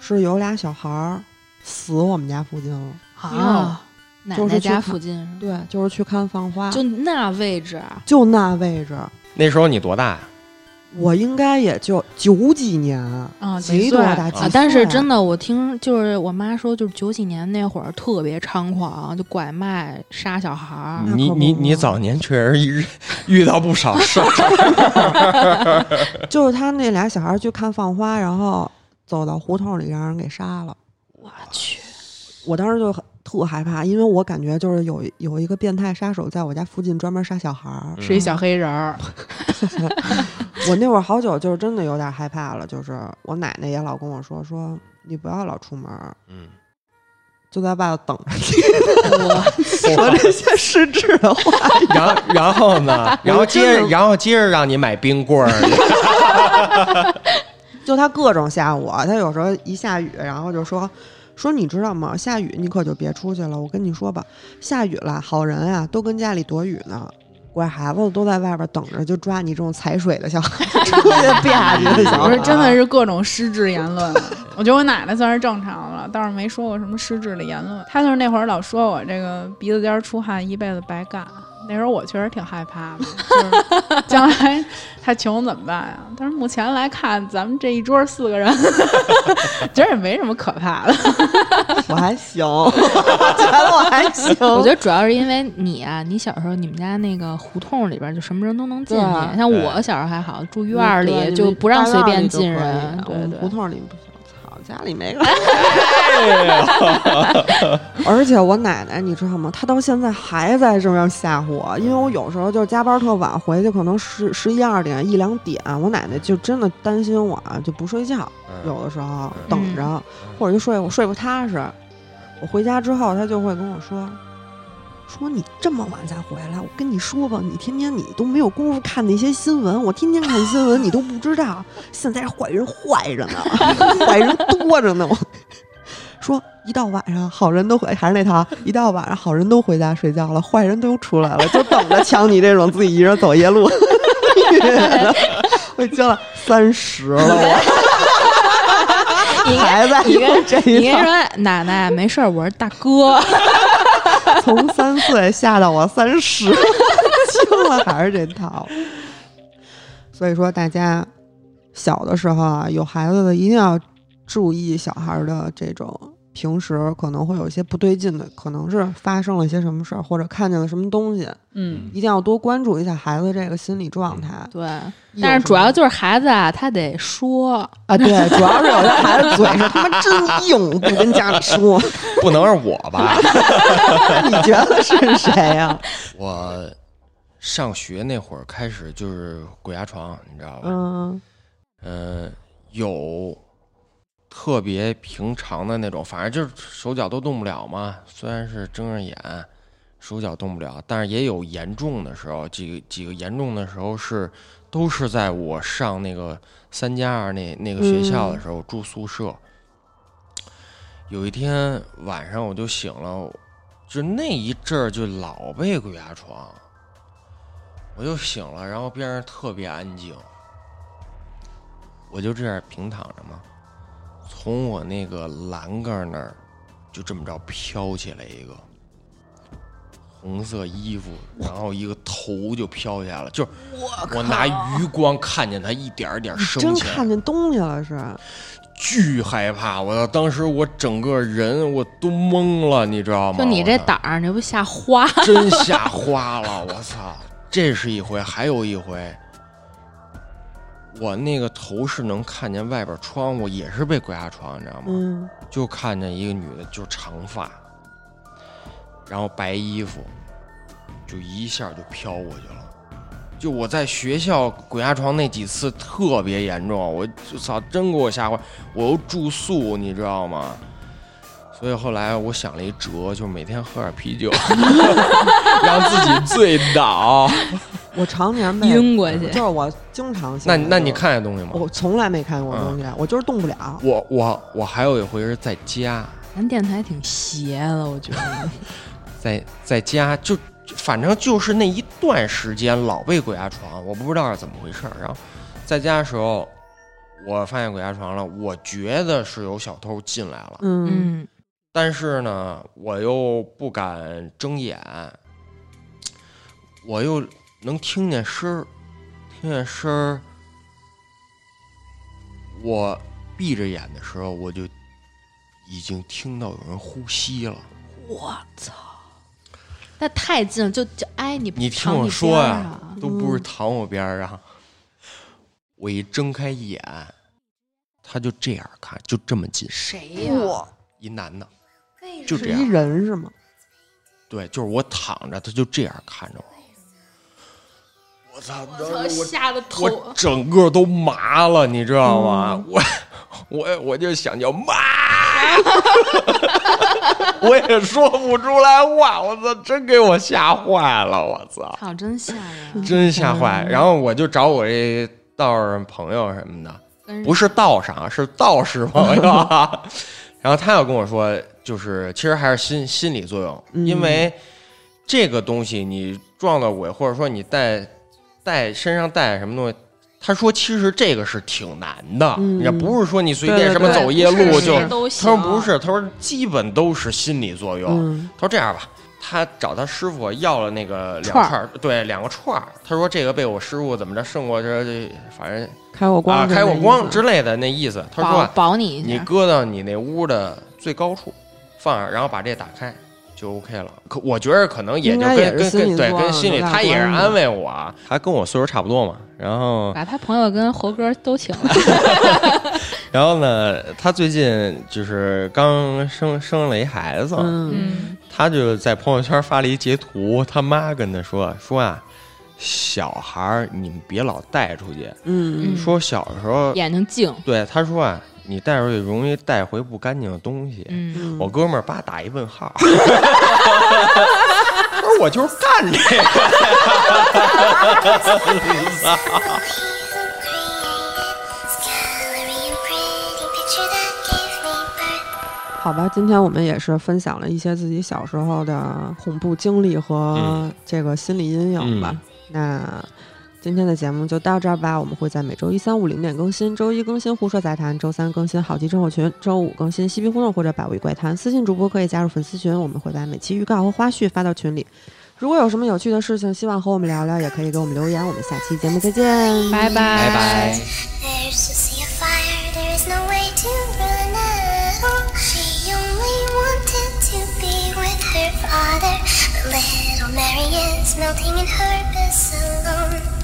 Speaker 1: 是有俩小孩儿死我们家附近了，
Speaker 3: 啊，奶
Speaker 1: 就是
Speaker 3: 奶
Speaker 1: 去
Speaker 3: 家
Speaker 1: 看
Speaker 3: 附近是吧，
Speaker 1: 对，就是去看放花，
Speaker 3: 就那位置啊，
Speaker 1: 就那位置，
Speaker 4: 那时候你多大呀？
Speaker 1: 我应该也就九几年，
Speaker 2: 啊，几
Speaker 1: 没
Speaker 2: 岁
Speaker 1: 多？大，几岁
Speaker 3: 啊，但是真的，我听就是我妈说，就是九几年那会儿特别猖狂，就拐卖杀小孩儿。
Speaker 1: 啊那
Speaker 4: 你
Speaker 1: 可不
Speaker 4: 你
Speaker 1: 嘛
Speaker 4: 你早年确实遇 遇到不少事儿。
Speaker 1: 就是他那俩小孩去看放花，然后走到胡同里让人给杀了。
Speaker 3: 我去，
Speaker 1: 我当时就很特害怕，因为我感觉就是有有一个变态杀手在我家附近专门杀小孩儿。
Speaker 2: 是一小黑人儿，
Speaker 4: 嗯
Speaker 1: 我那会儿好久就是真的有点害怕了，就是我奶奶也老跟我说说你不要老出门儿，
Speaker 4: 嗯，
Speaker 1: 就在外头等着你。
Speaker 3: 我
Speaker 1: 说这些失智的话，
Speaker 4: 嗯 然后然 后呢？然后接着然后接着让你买冰棍儿去。
Speaker 1: 就他各种吓我。他有时候一下雨，然后就说。说你知道吗？下雨你可就别出去了。我跟你说吧，下雨了，好人啊都跟家里躲雨呢，乖孩子都在外边等着，就抓你这种踩水的小孩， 出去吧唧的小孩。
Speaker 2: 我是真
Speaker 4: 嗯
Speaker 2: 的是各种失智言论。我觉得我奶奶算是正常了，倒是没说过什么失智的言论。她就是那会儿老说我这个鼻子尖儿出汗，一辈子白干。
Speaker 5: 那时候我确实挺害怕的，就是 将来他穷怎么办呀？但是目前来看，咱们这一桌四 个人，觉得也没什么可怕的。
Speaker 1: 我还行，我觉得我还 行。
Speaker 3: 我觉得主要是因为你啊，你小时候你们家那个胡同里边就什么人都能进
Speaker 1: 对啊
Speaker 3: 去，像
Speaker 4: 对
Speaker 3: 我小时候还好，住院
Speaker 1: 儿
Speaker 3: 儿里就不让随便进人，
Speaker 4: 啊
Speaker 3: 对
Speaker 4: 嗯
Speaker 3: 对
Speaker 1: 胡同里不行。操，家里 没个。 而且我奶奶，你知道吗？她到现在还在这样吓唬我，因为我有时候就是加班特晚，回去可能十十一二点一两点，我奶奶就真的担心我啊，就不睡觉，
Speaker 4: 嗯
Speaker 1: 有的时候
Speaker 4: 嗯
Speaker 1: 等着，或者就睡我睡不踏实。我回家之后，她就会跟我说。说你这么晚才回来，我跟你说吧，你天天你都没有功夫看那些新闻，我天天看新闻，你都不知道，现在坏人坏着呢， 坏人多着呢。我说一到晚上，好人都回，还是那套，啊 一到晚上好人都回家睡觉了，坏人都出来了，就等着抢你这种自己一人走夜路。 我交了三十了，我
Speaker 3: 你应该
Speaker 1: 还在
Speaker 3: 你跟
Speaker 1: 用这
Speaker 3: 你
Speaker 1: 一
Speaker 3: 应该
Speaker 1: 套，
Speaker 3: 说哎奶奶没事儿，我是大哥。
Speaker 1: 从三岁吓到我三十， 轻了还是这套。所以说，大家小的时候啊，有孩子的一定要注意小孩儿的这种平时可能会有一些不对劲的，可能是发生了一些什么事儿，或者看见了什么东西，
Speaker 5: 嗯，
Speaker 1: 一定要多关注一下孩子这个心理状态。
Speaker 3: 对，嗯但是主要就是孩子啊，他得说，
Speaker 4: 哦
Speaker 1: 啊，对，主要是有的孩子嘴是他妈真硬，不跟家里说，
Speaker 4: 不能是我吧？
Speaker 1: 你觉得是谁呀、
Speaker 4: 我上学那会儿开始就是鬼压床，你知道吧？
Speaker 1: 嗯，
Speaker 4: 嗯、有特别平常的那种，反正就是手脚都动不了嘛。虽然是睁着眼，手脚动不了，但是也有严重的时候。几个几个严重的时候是，都是在我上那个三加二那那个学校的时候、住宿舍。有一天晚上我就醒了，就那一阵儿就老被鬼压床，我就醒了，然后边上特别安静。我就这样平躺着嘛，从我那个栏杆那儿就这么着飘起来一个红色衣服，然后一个头就飘起来了，就是我拿余光看见它一点儿一点儿升
Speaker 1: 真
Speaker 4: 起来
Speaker 1: 看，见东西了是？
Speaker 4: 巨害怕！我当时我整个人我都懵了，你知道吗？
Speaker 3: 就你这
Speaker 4: 我操
Speaker 3: 胆儿， 你不吓花？
Speaker 4: 真吓花了，我操！ 这是一回，还有一回，我那个头是能看见外边窗户，也是被鬼压床，你知道吗？
Speaker 1: 嗯，
Speaker 4: 就看见一个女的，就是长发，然后白衣服，就一下就飘过去了。就我在学校鬼压床那几次特别严重，我就操，真给我吓坏。我又住宿，你知道吗？所以后来我想了一辙，就每天喝点啤酒，让自己醉倒。
Speaker 1: 我常年被，
Speaker 3: 晕过去
Speaker 1: 就。是我经常
Speaker 4: 那
Speaker 1: 想
Speaker 4: 那你，嗯看见东西吗？
Speaker 1: 我从来没看过东西，我就是动不了。
Speaker 4: 我我我还有一回是在家，
Speaker 3: 咱电台挺邪的，我觉得。
Speaker 4: 在在家就就反正就是那一段时间老被鬼压床，我不知道是怎么回事儿。然后在家的时候，我发现鬼压床了，我觉得是有小偷进来了，
Speaker 1: 嗯，
Speaker 3: 嗯，
Speaker 4: 但是呢，我又不敢睁眼，我又能听见声儿，听见声儿。我闭着眼的时候，我就已经听到有人呼吸了。
Speaker 3: 我操，那太近了，就就挨你。
Speaker 4: 你听
Speaker 3: 躺
Speaker 4: 我
Speaker 3: 边
Speaker 4: 说
Speaker 3: 儿
Speaker 4: 呀、
Speaker 3: 啊
Speaker 4: 都不是躺我边儿啊。我一睁开眼，他就这样看，就这么近，
Speaker 3: 谁哎呀？
Speaker 1: 嚯，
Speaker 4: 一男的，
Speaker 3: 为
Speaker 4: 就是这
Speaker 1: 是一
Speaker 4: 样，
Speaker 1: 人是吗？
Speaker 4: 对，就是我躺着，他就这样看着我。我操！
Speaker 3: 我操吓得头
Speaker 4: 我整个都麻了，你知道
Speaker 3: 嗯
Speaker 4: 吗？我我我就想叫妈， 我也说不出来话，我操，真给我吓坏了，我操！
Speaker 3: 操，真吓人！
Speaker 4: 真吓
Speaker 3: 嗯
Speaker 4: 坏。然后我就找我这道上朋友什么的，
Speaker 3: 跟
Speaker 4: 不是道上啊，是道士朋友 啊。然后他又跟我说，就是其实还是心心理作
Speaker 1: 嗯
Speaker 4: 用，因为这个东西你撞到鬼，或者说你带带身上带什么东西。他说：“其实这个是挺难的，
Speaker 1: 嗯
Speaker 4: 也不是说你随便
Speaker 1: 对对
Speaker 4: 什么
Speaker 1: 对
Speaker 4: 走夜
Speaker 3: 不是
Speaker 4: 路
Speaker 3: 谁
Speaker 4: 就。”
Speaker 3: 都
Speaker 4: 他说：“
Speaker 3: 行
Speaker 4: 不是，他说基本都是心理作用。
Speaker 1: 嗯
Speaker 4: 他说这样吧，他他找他师傅要了那个两串儿，对，两个串儿。他说这个被我师傅怎么着胜过这，这反正
Speaker 1: 开过光
Speaker 4: 啊，
Speaker 1: 之类的意思，
Speaker 4: 开过光之类的那意思。他说
Speaker 3: 保
Speaker 4: 啊
Speaker 3: 保你一
Speaker 4: 你
Speaker 3: 下，
Speaker 4: 搁到你那屋的最高处放上，然后把这打开就 OK 了。可我觉得可能也
Speaker 1: 应
Speaker 4: 就
Speaker 1: 该
Speaker 4: 跟
Speaker 1: 也是
Speaker 4: 跟
Speaker 1: 心理
Speaker 4: 跟对
Speaker 1: 作
Speaker 4: 跟
Speaker 1: 用
Speaker 4: 心理，
Speaker 1: 有点
Speaker 4: 他也是
Speaker 1: 关系
Speaker 4: 安慰我啊，他跟我岁数差不多嘛。然
Speaker 1: 哎
Speaker 4: 后
Speaker 3: 把他朋友跟猴哥都请了，
Speaker 4: 然后呢，他最近就是刚生生了一孩子，
Speaker 1: 嗯，
Speaker 3: 嗯，
Speaker 4: 他就在朋友圈发了一截图，他妈跟他说说啊，小孩儿你们别老带出去，
Speaker 1: 嗯
Speaker 3: 嗯
Speaker 4: 说小时候
Speaker 3: 眼睛净，
Speaker 4: 对他说啊，你带出去容易带回不干净的东西。
Speaker 3: 嗯，
Speaker 1: 嗯，
Speaker 4: 我哥们儿叭打一问号，不是我就是干这个。
Speaker 1: 好吧，今天我们也是分享了一些自己小时候的恐怖经历和
Speaker 4: 嗯
Speaker 1: 这个心理阴影吧。
Speaker 4: 嗯
Speaker 1: 那今天的节目就到这儿吧，我们会在每周一、三、五零点更新，周一更新《胡说杂谈》，周三更新好奇症候群，周五更新嬉皮互动或者百味怪谈。私信主播可以加入粉丝群，我们会把每期预告和花絮发到群里。如果有什么有趣的事情，希望和我们聊聊，也可以给我们留言。我们下期节目再见，
Speaker 3: 拜拜拜
Speaker 4: 拜。
Speaker 7: There's just a fire, there is no way to run out. She only wanted to be with her father, but little Mary is melting in her abyss alone.